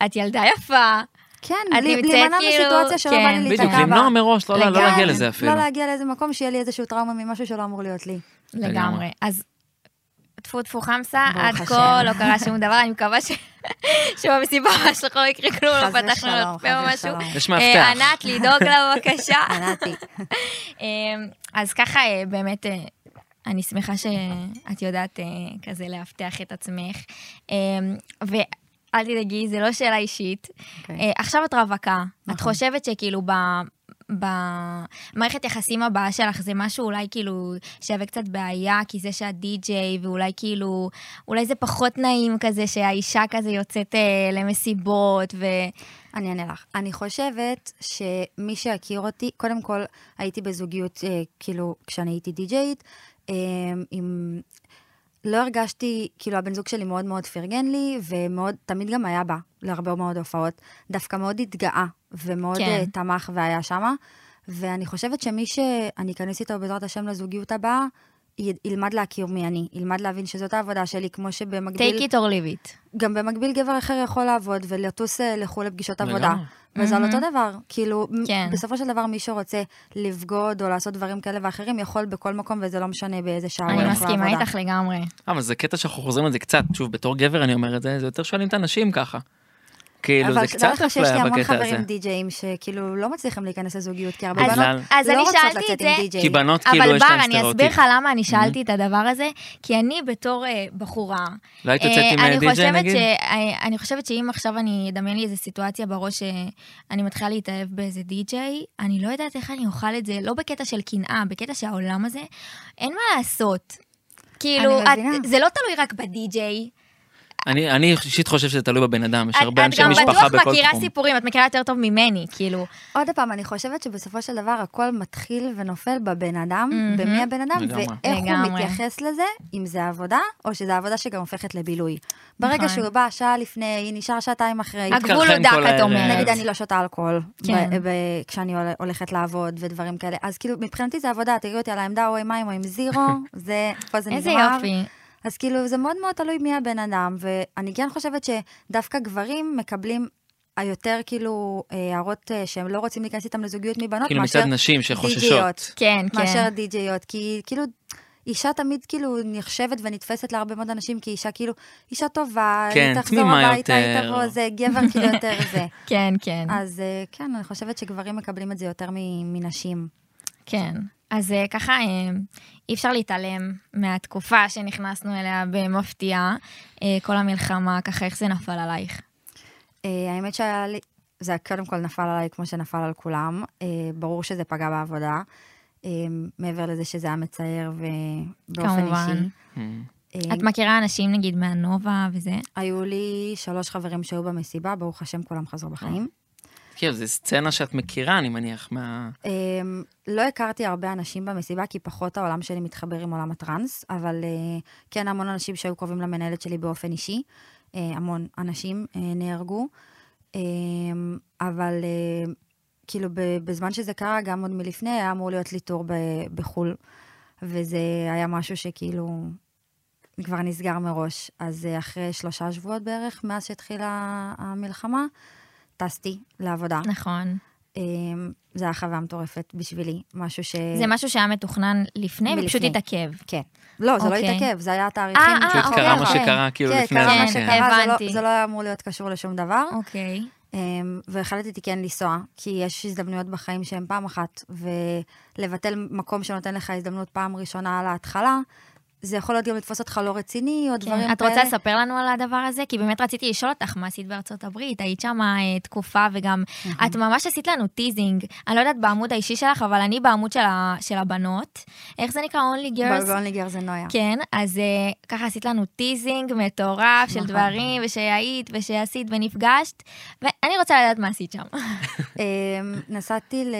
S1: את ילדה יפה.
S3: כן,
S1: את
S3: לי-
S1: נמצאת
S3: להימנע
S1: כאילו-
S3: מסיטואציה שלא
S1: כן.
S3: בא לי
S2: בדיוק,
S3: להיתקע בה.
S2: למנוע מראש, לא לא
S1: לגמרי.
S2: להגיע לזה אפילו.
S3: לא להגיע לאיזה מקום שיהיה לי איזשהו טראומה ממשהו שלא אמור להיות לי.
S1: לגמרי.
S2: לגמרי.
S1: אז טפו טפו חמסה, עד
S3: ברוך
S1: כה
S3: השם.
S1: לא קרה שום דבר, אני מקווה ש- שבמסיבה שלך לא יקרה כלום,
S3: חס
S1: לא פתחנו
S3: ושלום,
S1: לו את
S3: חס
S1: פה או משהו.
S3: ושלום.
S2: יש
S1: אה,
S2: מאבטח.
S1: ענת, לדאוג לה בבקשה.
S3: ענתי.
S1: אה, אז ככה, אה, באמת, אה, אני שמחה שאת יודעת אה, כזה לאבטח את עצמך. אה, ואל תדאגי, זו לא שאלה אישית.
S3: אוקיי.
S1: אה, עכשיו את רווקה. את
S3: נכון.
S1: חושבת שכאילו ב... במערכת יחסים הבאה שלך זה משהו אולי כאילו שווה קצת בעיה כי זה שאת די-ג'יי ואולי כאילו אולי זה פחות נעים כזה שהאישה כזה יוצאת אה, למסיבות ו...
S3: אני אענה לך. אני חושבת שמי שיכיר אותי, קודם כל הייתי בזוגיות, אה, כאילו, כשאני הייתי די-ג'יית, אה, עם... לא הרגשתי, כאילו הבן זוג שלי מאוד מאוד פרגן לי, ומאוד, תמיד גם היה בא להרבה מאוד הופעות. דווקא מאוד התגאה, ומאוד
S1: כן.
S3: כן. תמך והיה שמה. ואני חושבת שמי שאני אכנס איתו בעזרת השם לזוגיות הבאה, י- ילמד להכיר מי אני, ילמד להבין שזאת העבודה שלי, כמו שבמקביל...
S1: take it or leave it.
S3: גם במקביל גבר אחר יכול לעבוד ולטוס אה, לחו"ל לפגישות עבודה.
S2: לגמרי.
S3: וזה על
S1: מהמם.
S3: אותו דבר. כאילו, מ-
S1: כן.
S3: בסופו של דבר מי שרוצה לבגוד או לעשות דברים כאלה ואחרים, יכול בכל מקום וזה לא משנה באיזה שעה הוא
S1: אני
S3: הולך
S1: מסכימה
S3: לעבודה.
S1: איתך לגמרי.
S2: אבל זה קטע שאנחנו חוזרים לזה קצת, שוב, בתור גבר אני אומר את זה, זה יותר שואלים את הנשים ככה. כאילו,
S3: אבל
S2: זה
S3: תדע
S2: קצת
S3: לך שיש לי
S2: אפליה
S3: המון
S2: בקטע הזה.
S3: חברים די-ג'אים שכאילו לא מצליחים להיכנס לזוגיות, כי הרבה
S2: אז-
S3: בנות
S1: אז
S3: לא
S1: אני
S3: רוצות
S1: שאלתי
S3: לצאת
S1: את זה-
S3: עם די-ג'אים.
S2: כי בנות כאילו
S1: אבל
S2: יש להם
S1: בר, אני אסביר
S2: סטריאוטיפ.
S1: לך למה אני שאלתי את הדבר הזה, כי אני בתור אה, בחורה,
S2: לא היית יוצאת
S1: אה,
S2: עם
S1: אני
S2: די-ג'יי,
S1: חושבת
S2: נגיד?
S1: ש- אה, אני חושבת שאם עכשיו אני אדמיין לי איזו סיטואציה בראש שאני מתחילה להתאהב באיזה די-ג'יי, אני לא יודעת איך אני אוכל את זה, לא בקטע של קנאה, בקטע שהעולם הזה, אין מה לעשות. כאילו, את-
S3: מבינה.
S1: זה לא תלוי רק בדי-ג'יי.
S2: אני אני אישית חושב שזה תלוי בבן אדם, יש
S1: את
S2: הרבה
S1: את
S2: אנשי
S1: גם
S2: משפחה
S1: בטוח
S2: בכל
S1: מכירה
S2: תחום.
S1: סיפורים, את מכירה יותר טוב ממני, כאילו.
S3: עוד פעם, אני חושבת שבסופו של דבר הכל מתחיל ונופל בבן אדם,
S1: מהמם.
S3: במי הבן אדם,
S2: לגמרי.
S3: ואיך הוא
S1: לגמרי.
S3: מתייחס לזה, אם זה עבודה, או שזה עבודה שגם הופכת לבילוי. ברגע
S1: נכון.
S3: שהוא בא שעה לפני, נשאר שעתיים אחרי.
S1: הגבול הוא
S2: התקרחן כל
S1: דק, את
S2: הערב.
S1: אומרת.
S3: נגיד אני לא שותה אלכוהול,
S1: כן.
S3: ב- ב- כשאני הול- הולכת לעבוד ודברים כאלה. אז כאילו, מבחינתי זה עבודה, תראי אותי על העמדה או עם מים או עם זירו, זה, פה זה נגמר.
S1: איזה יופי.
S3: אז כאילו, זה מאוד מאוד תלוי מי הבן אדם, ואני כן חושבת שדווקא גברים מקבלים היותר כאילו אה, הערות אה, שהם לא רוצים להיכנס איתם לזוגיות מבנות,
S2: כאילו
S3: מאשר
S2: מצד נשים שחוששות.
S3: די-ג'יות.
S1: כן,
S3: מאשר
S1: כן.
S3: די-ג'יות, כי כאילו... אישה תמיד כאילו נחשבת ונתפסת להרבה מאוד אנשים, כי אישה כאילו, אישה טובה,
S2: כן,
S3: היא תחזור
S2: תמימה
S3: הביתה, היא
S2: יותר.
S3: תבוא, זה גבר כאילו יותר זה.
S1: כן, כן.
S3: אז אה, כן, אני חושבת שגברים מקבלים את זה יותר מ- מנשים.
S1: כן. אז אה, ככה, אה, אי אפשר להתעלם מהתקופה שנכנסנו אליה במפתיע, אה, כל המלחמה, ככה, איך זה נפל עלייך.
S3: אה, האמת שהיה לי, זה קודם כל נפל עליי כמו שנפל על כולם. אה, ברור שזה פגע בעבודה, אה, מעבר לזה שזה היה מצער ובאופן
S1: כמובן.
S3: אישי.
S2: Mm.
S3: אה,
S1: את מכירה אנשים, נגיד, מהנובה וזה?
S3: היו לי שלוש חברים שהיו במסיבה, ברוך השם כולם חזרו בחיים.
S2: כאילו, זו סצנה שאת מכירה, אני מניח, מה...
S3: אמ, לא הכרתי הרבה אנשים במסיבה, כי פחות העולם שלי מתחבר עם עולם הטראנס, אבל אה, כן המון אנשים שהיו קרובים למנהלת שלי באופן אישי, אה, המון אנשים אה, נהרגו, אמ, אבל אה, כאילו ב- בזמן שזה קרה, גם עוד מלפני, היה אמור להיות לי טור ב- בחו"ל, וזה היה משהו שכאילו כבר נסגר מראש. אז אה, אחרי שלושה שבועות בערך, מאז שהתחילה המלחמה, טסתי לעבודה.
S1: נכון.
S3: אמ, זה היה חוויה מטורפת בשבילי, משהו ש...
S1: זה משהו שהיה מתוכנן לפני,
S3: אה. מלפני.
S1: ופשוט התעכב.
S3: כן. לא, זה לא
S1: אוקיי.
S3: התעכב, זה היה התאריכים.
S1: אה,
S2: פשוט
S1: אוקיי,
S2: קרה מה
S1: אוקיי.
S2: שקרה, כאילו,
S3: כן,
S2: לפני
S3: קרה מה
S2: הזמן. כן.
S3: שקרה, זה לא-
S1: הבנתי.
S3: זה לא היה אמור להיות קשור לשום דבר.
S1: אוקיי.
S3: אמ, והחלטתי כן לנסוע, כי יש הזדמנויות בחיים שהן פעם אחת, ולבטל מקום שנותן לך הזדמנות פעם ראשונה על ההתחלה, זה יכול להיות גם לתפוס אותך לא רציני, או דברים
S1: כן.
S3: כאלה.
S1: את רוצה לספר לנו על הדבר הזה? כי באמת רציתי לשאול אותך מה עשית בארצות הברית, היית שם אה, תקופה וגם את ממש עשית לנו טיזינג. אני לא יודעת בעמוד האישי שלך, אבל אני בעמוד של ה- של הבנות. איך זה נקרא? Only Girls?
S3: בגולניגר זה נויה.
S1: כן, אז אה, ככה עשית לנו טיזינג מטורף של
S3: נכון.
S1: דברים, ושהיית, ושעשית, ונפגשת, ואני רוצה לדעת מה עשית שם.
S3: אמ, נסעתי ל...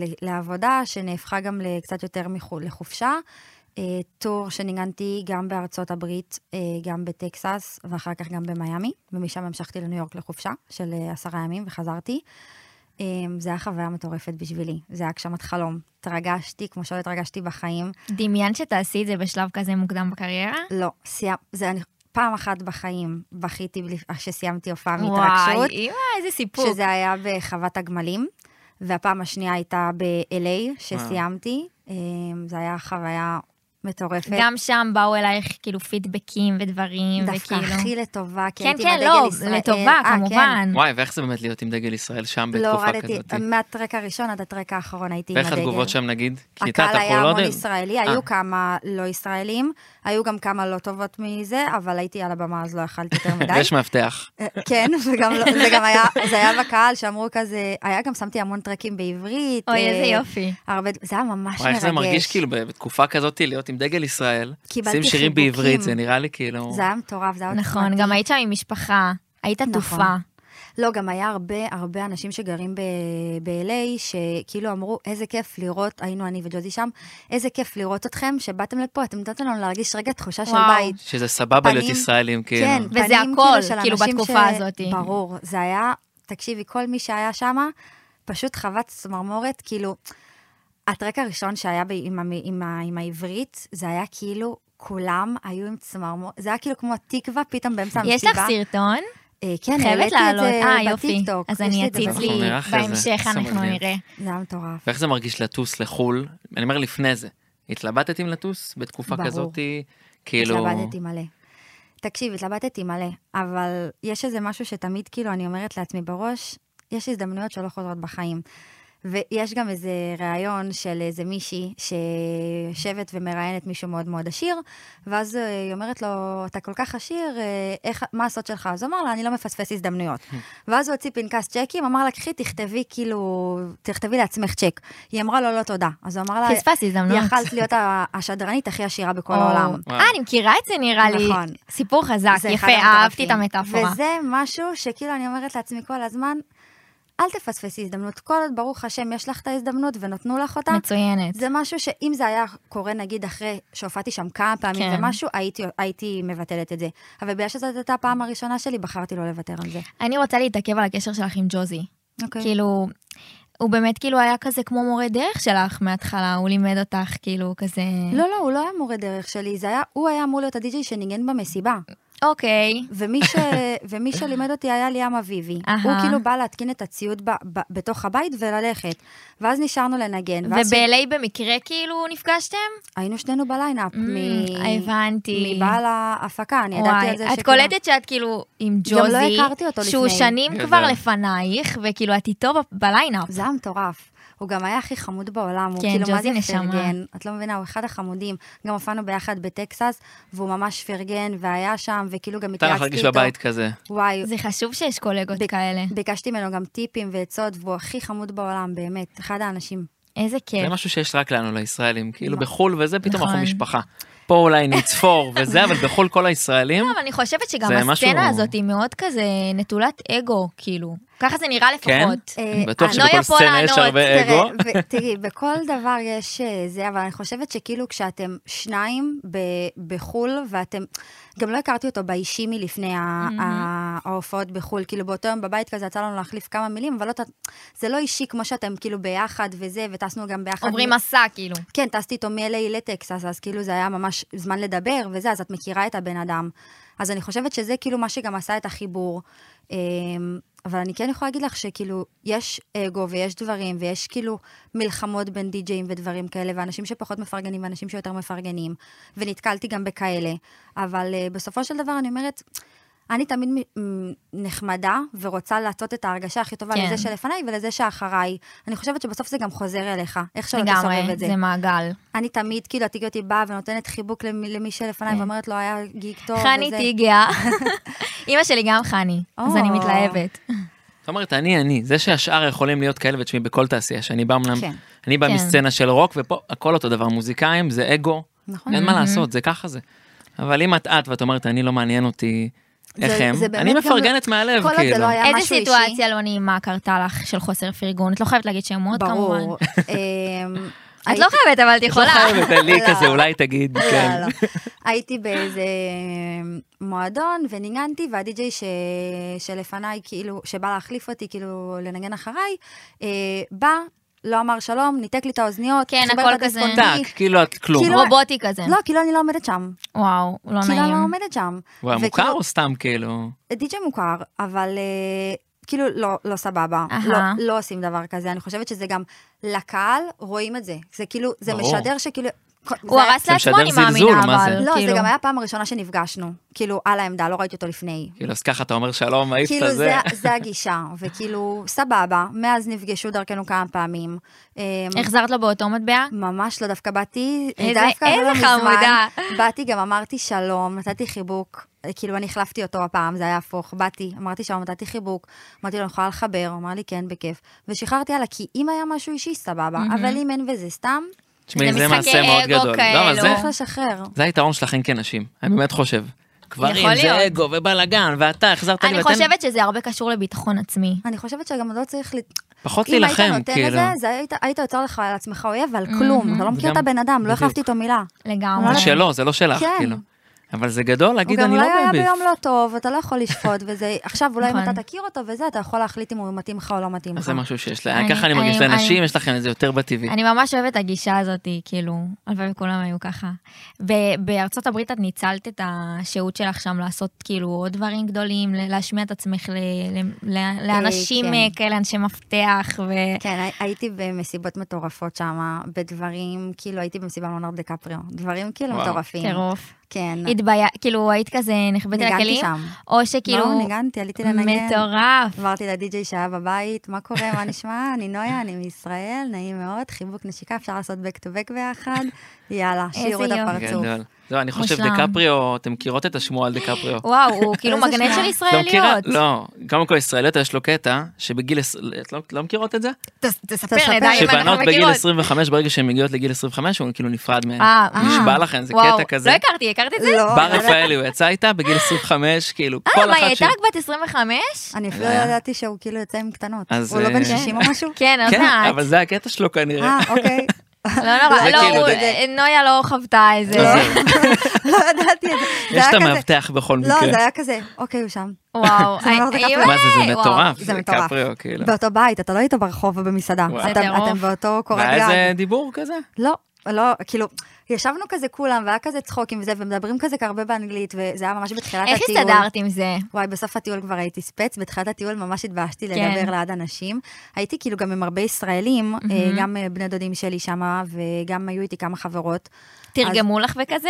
S3: ל... לעבודה שנהפכה גם לקצת יותר מחו... לחופשה. אה, טור שניגנתי גם בארצות הברית, אה, גם בטקסס, ואחר כך גם במיאמי, ומשם המשכתי לניו יורק לחופשה של אה, עשרה ימים וחזרתי. אמ, זה היה חוויה מטורפת בשבילי, זה היה הגשמת חלום. התרגשתי כמו שלא התרגשתי בחיים.
S1: דמיינת שתעשי את זה בשלב כזה מוקדם בקריירה?
S3: לא, סיימ... זה אני... פעם אחת בחיים בכיתי בלי- כשסיימתי הופעה
S1: וואי,
S3: מהתרגשות.
S1: אימא, איזה סיפור.
S3: שזה היה בחוות הגמלים, והפעם השנייה הייתה ב-LA, שסיימתי. אמ, זה היה חוויה מטורפת.
S1: גם שם באו אלייך כאילו פידבקים ודברים,
S3: דווקא
S1: וכאילו...
S3: הכי לטובה, כי
S1: כן,
S3: הייתי
S1: כן,
S3: בדגל
S1: לא,
S3: ישראל.
S1: לטובה,
S3: אה, כן.
S1: כמובן.
S2: וואי, ואיך זה באמת להיות עם דגל ישראל שם
S3: לא
S2: בתקופה
S3: הורדתי,
S2: כזאת?
S3: מהטרק הראשון עד הטרק האחרון הייתי עם
S2: ואיך
S3: הדגל.
S2: התגובות שם, נגיד? כיתה,
S3: הקהל
S2: אנחנו
S3: היה
S2: לא
S3: המון
S2: יודעים.
S3: ישראלי,
S2: אה.
S3: היו כמה לא ישראלים, היו גם כמה לא טובות מזה, אבל הייתי על הבמה אז לא אכלתי יותר מדי.
S2: יש מאבטח.
S3: אה, כן, וגם לא- זה גם היה, זה היה בקהל שאמרו כזה, היה גם שמתי המון טרקים בעברית.
S1: אוי,
S3: אה,
S1: איזה יופי.
S3: הרבה, זה היה ממש
S2: וואי,
S3: מרגש.
S2: איך זה מרגיש כאילו בתקופה כזאת להיות עם דגל ישראל, שים
S3: קיבלתי
S2: שירים
S3: חיבוקים.
S2: בעברית, זה נראה לי כאילו...
S3: זה היה מטורף, זה היה
S1: נכון,
S3: עוצמתי.
S1: גם היית שם עם משפחה, היית
S3: אוקיי, נכון.
S1: עטופה.
S3: לא, גם היה הרבה, הרבה אנשים שגרים ב- ב-LA, שכאילו אמרו, איזה כיף לראות, היינו אני וג'וזי שם, איזה כיף לראות אתכם, שבאתם לפה, אתם נתתם לנו להרגיש רגע תחושה של
S1: וואו.
S3: בית.
S2: שזה סבבה להיות
S3: פנים-
S2: ישראלים, כאילו.
S3: כן,
S1: וזה
S3: פנים
S1: הכל,
S3: של
S1: כאילו,
S3: אנשים
S1: בתקופה הזאת.
S3: ברור, זה היה, תקשיבי, כל מי שהיה שם, פשוט חווה צמרמורת, כאילו, הטרק הראשון שהיה ב, עם, המ- עם, ה- עם העברית, זה היה כאילו, כולם היו עם צמרמורת, זה היה כאילו כמו התקווה, פתאום באמצע המסיבה.
S1: יש לך סרטון?
S3: אה, כן,
S1: חייבת
S3: העליתי את
S1: לעלות. אה,
S3: זה
S1: יופי.
S3: בטיקטוק.
S1: אז
S3: יש
S1: אני
S3: את זה
S1: אציץ
S2: אנחנו
S1: לי
S3: בטיקטוק.
S2: נראה אחרי זה.
S1: בהמשך,
S2: איזה
S1: אנחנו
S2: מגניב.
S1: נראה.
S3: זה היה מטורף.
S2: ואיך זה מרגיש לטוס לחו"ל? אני אומר לפני זה, התלבטת אם לטוס בתקופה
S3: ברור.
S2: כזאת, כאילו...
S3: התלבטתי מלא. תקשיב, התלבטתי מלא, אבל יש איזה משהו שתמיד כאילו אני אומרת לעצמי בראש, יש הזדמנויות שלא חוזרות בחיים. ויש גם איזה ראיון של איזה מישהי שיושבת ומראיינת מישהו מאוד מאוד עשיר, ואז אה, היא אומרת לו, אתה כל כך עשיר, אה, איך, מה הסוד שלך? אז הוא אמר לה, אני לא מפספס הזדמנויות. ואז הוא הוציא פנקס צ'קים, אמר לה, קחי, תכתבי כאילו, תכתבי לעצמך צ'ק. היא אמרה לו, לא תודה. אז הוא אמר לה,
S1: פספס הזדמנות.
S3: יכלת להיות ה- השדרנית הכי עשירה בכל
S1: או.
S3: העולם.
S2: וואו.
S1: אה, אני מכירה את זה נראה לי.
S3: נכון.
S1: סיפור חזק,
S3: זה
S1: לא, יפה,
S3: אחד המטורפים.
S1: אהבתי את המטאפורה.
S3: וזה משהו שכאילו אני אומרת לעצמי כל הזמן, אל תפספסי הזדמנות. כל עוד ברוך השם יש לך את ההזדמנות ונתנו לך אותה,
S1: מצוינת.
S3: זה משהו שאם זה היה קורה נגיד אחרי שהופעתי שם כמה פעמים
S1: כן.
S3: ומשהו, הייתי, הייתי מבטלת את זה. אבל בגלל שזאת הייתה הפעם הראשונה שלי, בחרתי לא לוותר על זה.
S1: אני רוצה להתעכב על הקשר שלך עם ג'וזי.
S3: אוקיי.
S1: כאילו, הוא באמת כאילו היה כזה כמו מורה דרך שלך מההתחלה, הוא לימד אותך כאילו כזה...
S3: לא, לא, הוא לא היה מורה דרך שלי, זה היה, הוא היה אמור להיות הדי-ג'יי שניגן במסיבה.
S1: אוקיי.
S3: ומי, ש... ומי שלימד אותי היה ליאם אביבי.
S1: אהה.
S3: הוא כאילו בא להתקין את הציוד ב... ב... בתוך הבית וללכת. ואז נשארנו לנגן. ואז
S1: וב-LA במקרה כאילו נפגשתם?
S3: היינו שנינו בליינאפ.
S1: Mm, הבנתי.
S3: מבעל ההפקה, אני ידעתי על זה
S1: וואי, את קולטת שאת כאילו עם
S3: גם לא
S1: ג'וזי,
S3: הכרתי אותו
S1: שהוא
S3: לפני.
S1: שנים
S2: גדל.
S1: כבר לפנייך, וכאילו את איתו ב- בליינאפ.
S3: זה היה מטורף. הוא גם היה הכי חמוד בעולם, הוא
S1: כן,
S3: כאילו, מה
S1: ג'וזי
S3: זה
S1: נשמה.
S3: פרגן? את לא מבינה, הוא אחד החמודים. גם הופענו ביחד בטקסס, והוא ממש פרגן, והיה שם, וכאילו גם
S2: אתה
S3: התייעצתי
S2: הולך
S3: איתו.
S2: להרגיש בבית כזה.
S3: וואי,
S1: זה חשוב שיש קולגות
S3: ב-
S1: כאלה.
S3: ביקשתי ממנו גם טיפים ועצות, והוא הכי חמוד בעולם, באמת. אחד האנשים.
S1: איזה כיף.
S2: זה משהו שיש רק לנו, לישראלים. כאילו
S3: כן. נכון.
S2: בחו"ל וזה, פתאום אנחנו
S1: נכון.
S2: משפחה. פה אולי נצפור וזה, אבל בחו"ל כל הישראלים...
S3: אה,
S1: לא, אבל אני חושבת שגם
S2: זה
S1: הסצנה
S2: משהו-
S1: הזאת היא מאוד כזה נטולת אגו, כאילו. ככה זה נראה
S2: כן?
S1: לפחות.
S2: אני
S3: אה,
S2: בטוח
S3: אה,
S1: נויה
S2: שבכל
S1: פה
S2: סצנה יש
S1: לענות,
S2: הרבה
S3: תראה,
S2: אגו.
S3: ו- תראי, בכל דבר יש אה, זה, אבל אני חושבת שכאילו כשאתם שניים ב- בחו"ל, ואתם, גם לא הכרתי אותו באישי מלפני ה- ה- ההופעות בחו"ל, כאילו באותו יום בבית כזה יצא לנו להחליף כמה מילים, אבל לא, ת- זה לא אישי כמו שאתם כאילו ביחד וזה, וטסנו גם ביחד.
S1: עוברים
S3: מ-
S1: מסע, כאילו.
S3: כן, טסתי איתו מ-LA לטקסס, אז כאילו זה היה ממש זמן לדבר וזה, אז את מכירה את הבן אדם. אז אני חושבת שזה כאילו מה שגם עשה את החיבור. אמ, אבל אני כן יכולה להגיד לך שכאילו, יש אגו ויש דברים, ויש כאילו מלחמות בין די-ג'אים ודברים כאלה, ואנשים שפחות מפרגנים ואנשים שיותר מפרגנים, ונתקלתי גם בכאלה. אבל אה, בסופו של דבר אני אומרת, אני תמיד מ- מ- נחמדה ורוצה לעשות את ההרגשה הכי טובה
S1: כן.
S3: לזה שלפניי ולזה שאחריי. אני חושבת שבסוף זה גם חוזר אליך, איך שלא תסובב
S1: לגמרי,
S3: את זה.
S1: זה מעגל.
S3: אני תמיד, כאילו, התיק אותי באה ונותנת חיבוק למי, למי שלפניי ואומרת לו, היה גיג טוב.
S1: כן. חני
S3: וזה."
S1: תהיי גאה. אימא שלי גם חני, אז
S3: או.
S1: אני מתלהבת.
S2: זאת אומרת, אני אני, זה שהשאר יכולים להיות כאלה, ותשמעי, בכל תעשייה, שאני בא אמנם,
S3: כן.
S2: אני בא
S1: כן.
S2: מסצנה של רוק, ופה הכל אותו דבר, מוזיקאים זה אגו,
S3: נכון.
S2: אין מה לעשות, זה ככה זה. אבל אם את את ואת אומרת, אני לא מעניין אותי
S3: זה-
S2: איך הם,
S3: זה באמת
S2: אני
S3: גם-
S2: מפרגנת מהלב,
S3: כל עוד זה
S2: כאילו.
S3: לא היה-
S1: איזה
S3: משהו אישי.
S1: סיטואציה לא נעימה קרתה לך של חוסר פרגון? את לא חייבת להגיד שמות, כמובן.
S3: ברור. אמ,
S1: את לא
S3: הייתי-
S1: חייבת, אבל את
S2: את לא
S1: יכולה.
S2: חייבת, אין לי
S3: לא.
S2: כזה, אולי תגיד, כן.
S3: לא, לא. הייתי באיזה אמ, מועדון וניגנתי, והדי-ג'יי ש... שלפניי, כאילו, שבא להחליף אותי, כאילו, לנגן אחריי, אה, בא, לא אמר שלום, ניתק לי את האוזניות,
S1: כן,
S3: חיבר
S1: הכל
S3: את
S1: כזה.
S3: הדיסק קונכי.
S2: טאק, כאילו את כלום.
S3: כאילו-
S1: רובוטי כזה.
S3: לא, כאילו אני לא עומדת שם.
S1: וואו, לא
S3: כאילו אני לא
S1: נעים.
S3: עומדת שם.
S2: הוא היה מוכר
S3: וכאילו-
S2: או סתם כאילו?
S3: די.ג'י מוכר, אבל אה, כאילו לא, לא סבבה.
S1: אהה.
S3: לא, לא עושים דבר כזה. אני חושבת שזה גם לקהל, רואים את זה. זה כאילו, זה
S2: ברור.
S3: משדר שכאילו...
S1: הוא
S3: זה היה-
S1: הרס לעצמו,
S2: משדר
S1: אני מאמינה,
S2: זלזול, מה זה?
S1: אבל.
S3: לא,
S1: כאילו.
S3: זה גם היה הפעם הראשונה שנפגשנו. כאילו, על העמדה, לא ראיתי אותו לפני.
S2: כאילו, אז ככה אתה אומר שלום, העיף
S3: כאילו,
S2: את זה.
S3: זה, זה הגישה, וכאילו, סבבה. מאז נפגשו דרכנו כמה פעמים. אה,
S1: החזרת לו באותו מטבע?
S3: ממש לא, דווקא באתי,
S1: איזה-
S3: דווקא לא
S1: איזה
S3: מזמן,
S1: חמודה.
S3: באתי גם אמרתי שלום, נתתי חיבוק, אה, כאילו אני החלפתי אותו הפעם, זה היה הפוך, באתי, אמרתי שלום, נתתי חיבוק, אמרתי לו, אני יכולה לחבר, הוא אמר לי כן, בכיף, ושחררתי הלאה, כי אם היה משהו אישי, סבבה, אבל אם אין וזה סתם,
S2: תשמעי,
S1: זה
S2: זה
S1: משחקי
S2: מעשה מאוד
S1: אגו
S2: גדול. לא, אבל
S1: כאלו.
S2: זה-
S3: צריך לשחרר.
S2: זה היתרון שלכם כנשים, אני באמת חושב.
S1: יכול
S2: גברים זה
S1: להיות.
S2: אגו ובלאגן, ואתה החזרת לי
S1: אני
S2: ואתם...
S1: חושבת שזה הרבה קשור לביטחון עצמי.
S3: אני חושבת שגם לא צריך... ל-
S2: פחות
S3: אם היית
S2: להילחם,
S3: נותן
S2: כאילו.
S3: לזה, זה היית- היית יוצר לך על עצמך אויב על כלום. אתה לא מכיר את
S2: וגם-
S3: הבן אדם, לא
S2: בדיוק.
S3: החלפתי איתו מילה.
S1: לגמרי.
S2: זה שלו, זה לא שלך,
S3: כן.
S2: כאילו. אבל זה גדול
S3: הוא
S2: להגיד,
S3: גם
S2: אני לא
S3: אולי היה
S2: בביף.
S3: ביום לא טוב, אתה לא יכול לשפוט, וזה... עכשיו, אולי אם
S1: נכון.
S3: אתה תכיר אותו וזה, אתה יכול להחליט אם הוא מתאים לך או לא מתאים
S2: אז
S3: לך.
S2: זה משהו שיש לה,
S1: אני-
S2: ככה אני מרגיש
S1: אני-
S2: לנשים,
S1: אני-
S2: יש לכם את זה יותר בטבעי.
S1: אני ממש אוהבת את הגישה הזאת, כאילו, הלוואי וכולם היו ככה. ב- בארצות הברית את ניצלת את השהות שלך שם לעשות כאילו עוד דברים גדולים, ל- להשמיע את עצמך ל- ל- ל- לאנשים
S3: כן.
S1: אה, כאלה, אנשי מפתח, ו...
S3: כן, הי- הייתי במסיבות מטורפות שם, בדברים, כאילו, הייתי במסיבה לונרד דקפריו. דברים כאילו
S2: וואו.
S3: מטורפים.
S1: טירוף.
S3: כן.
S1: התבייע, כאילו היית כזה נחבאת על
S3: ניגנתי
S1: הכלים,
S3: שם.
S1: או שכאילו...
S3: לא, ניגנתי, עליתי לנגן.
S1: כאילו, מטורף.
S3: אמרתי לדי-ג'יי שהיה בבית, מה קורה, מה נשמע, אני נויה, אני מישראל, נעים מאוד, חיבוק נשיקה, אפשר לעשות back to back ביחד, יאללה, שירו את
S1: יופי.
S3: הפרצוף.
S2: גדול. לא, אני חושב
S1: מושלם.
S2: דקפריו, אתם מכירות את השמועה על דקפריו.
S1: וואו, הוא כאילו
S3: איזה
S1: מגנט
S3: שמע.
S1: של
S3: לא
S2: את לא מכירה-
S1: ישראליות.
S2: לא, קודם כל ישראליות יש לו קטע שבגיל, עש- את לא- לא מכירות את זה?
S1: ת- תספר,
S3: תספר.
S1: נדע אם אה, אנחנו
S2: שבנות בגיל
S1: מכירות.
S2: 25, ברגע שהן מגיעות לגיל 25, הוא כאילו נפרד מהן.
S1: אה,
S2: נשבע
S1: אה.
S2: לכם, זה
S1: וואו,
S2: קטע כזה.
S1: לא הכרתי, הכרת את זה?
S3: לא,
S2: בר
S3: אבל-
S2: רפאלי, הוא יצא איתה בגיל 25, כאילו, כל
S1: אה,
S2: אחת
S1: מה,
S2: ש...
S1: היא הייתה רק בת 25?
S3: אני אפילו לא ידעתי שהוא כאילו יוצא עם קטנות.
S2: אה. אז,
S3: הוא לא בן
S2: אה,
S3: 60 או משהו?
S1: כן, עוד
S2: כן,
S1: מעט.
S2: אבל זה הקטע שלו כנראה.
S3: אה, אוקיי.
S1: לא נורא,
S2: זה
S1: לא,
S2: כאילו
S1: הוא-
S3: זה.
S1: נויה לא חוותה איזה...
S2: אז
S3: לא ידעתי את זה.
S2: יש
S3: זה. היה
S2: את
S3: כזה-
S2: המאבטח בכל
S3: לא, זה
S2: מקרה.
S3: היה כזה, אוקיי, הוא שם.
S1: וואו,
S3: זה לא
S1: איי,
S2: מה זה, זה
S1: וואו.
S2: מטורף.
S3: זה מטורף.
S2: קפריו, כאילו.
S3: באותו בית, אתה לא היית ברחוב ובמסעדה.
S2: וואו. זה
S3: אתם-
S1: טירוף.
S3: אתם באותו קורת
S2: והיה
S3: גג.
S2: איזה דיבור כזה.
S3: לא, לא, כאילו, ישבנו כזה כולם, והיה כזה צחוקים וזה, ומדברים כזה הרבה באנגלית, וזה היה ממש בתחילת
S1: איך
S3: הטיול.
S1: הסתדרת עם זה?
S3: וואי, בסוף הטיול כבר הייתי ספץ, בתחילת הטיול ממש התביישתי
S1: כן.
S3: לדבר ליד אנשים. הייתי כאילו גם עם הרבה ישראלים, אה, גם אה, בני דודים שלי שמה, וגם היו איתי כמה חברות.
S1: תרגמו לך וכזה?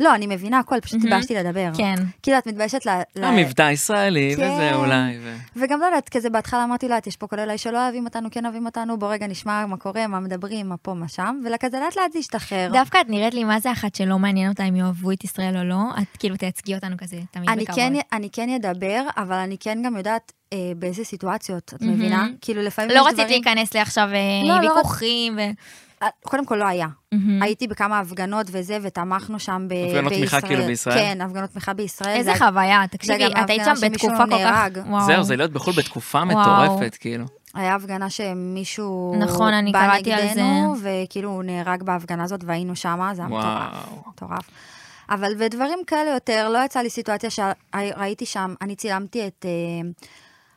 S3: לא, אני מבינה הכל, פשוט התביישתי לדבר.
S1: כן.
S3: כאילו, את מתביישת ל... ל-
S2: המבטא הישראלי,
S3: כן.
S2: וזה אולי. ו-
S3: וגם לא יודעת, כזה בהתחלה אמרתי, לא יודעת, יש פה כל אלה שלא אוהבים אותנו, כן אוהבים אותנו, בוא רגע נשמע מה קורה, מה מדברים, מה פה, מה שם, וכזה לאט לאט זה השתחרר.
S1: דווקא את נראית לי מה זה אחת שלא מעניין אותה אם יאהבו את ישראל או לא, את כאילו תייצגי אותנו כזה, תמיד
S3: אני
S1: בכבוד.
S3: כן, אני כן אדבר, אבל אני כן גם יודעת אה, באיזה סיטואציות, את מבינה? כאילו לפעמים
S1: לא
S3: יש
S1: רצית
S3: דברים...
S1: להיכנס לעכשיו אה,
S3: לא, לא
S1: ויכוחים ו...
S3: אה, קודם כל לא היה.
S1: מהמם.
S3: הייתי בכמה הפגנות וזה, ותמכנו שם ב...
S2: הפגנות תמיכה
S3: בישראל.
S2: כאילו בישראל?
S3: כן, הפגנות תמיכה בישראל.
S1: איזה
S3: זה-
S1: חוויה, תקשיבי,
S3: גם
S1: את היית
S3: ההפגנה
S1: שם
S3: שמישהו
S1: בתקופה כל כך...
S3: נהרג.
S1: וואו.
S2: זהו, זה לא- להיות בחו"ל בתקופה
S1: וואו.
S2: מטורפת, כאילו.
S3: היה הפגנה שמישהו...
S1: נכון, אני
S3: בא
S1: קראתי על
S3: נגדנו, וכאילו הוא נהרג בהפגנה הזאת, והיינו שמה, זה היה מטורף.
S2: וואו.
S3: מטורף. אבל בדברים כאלה יותר, לא יצאה לי סיטואציה שראיתי שם, אני צילמתי את... אה,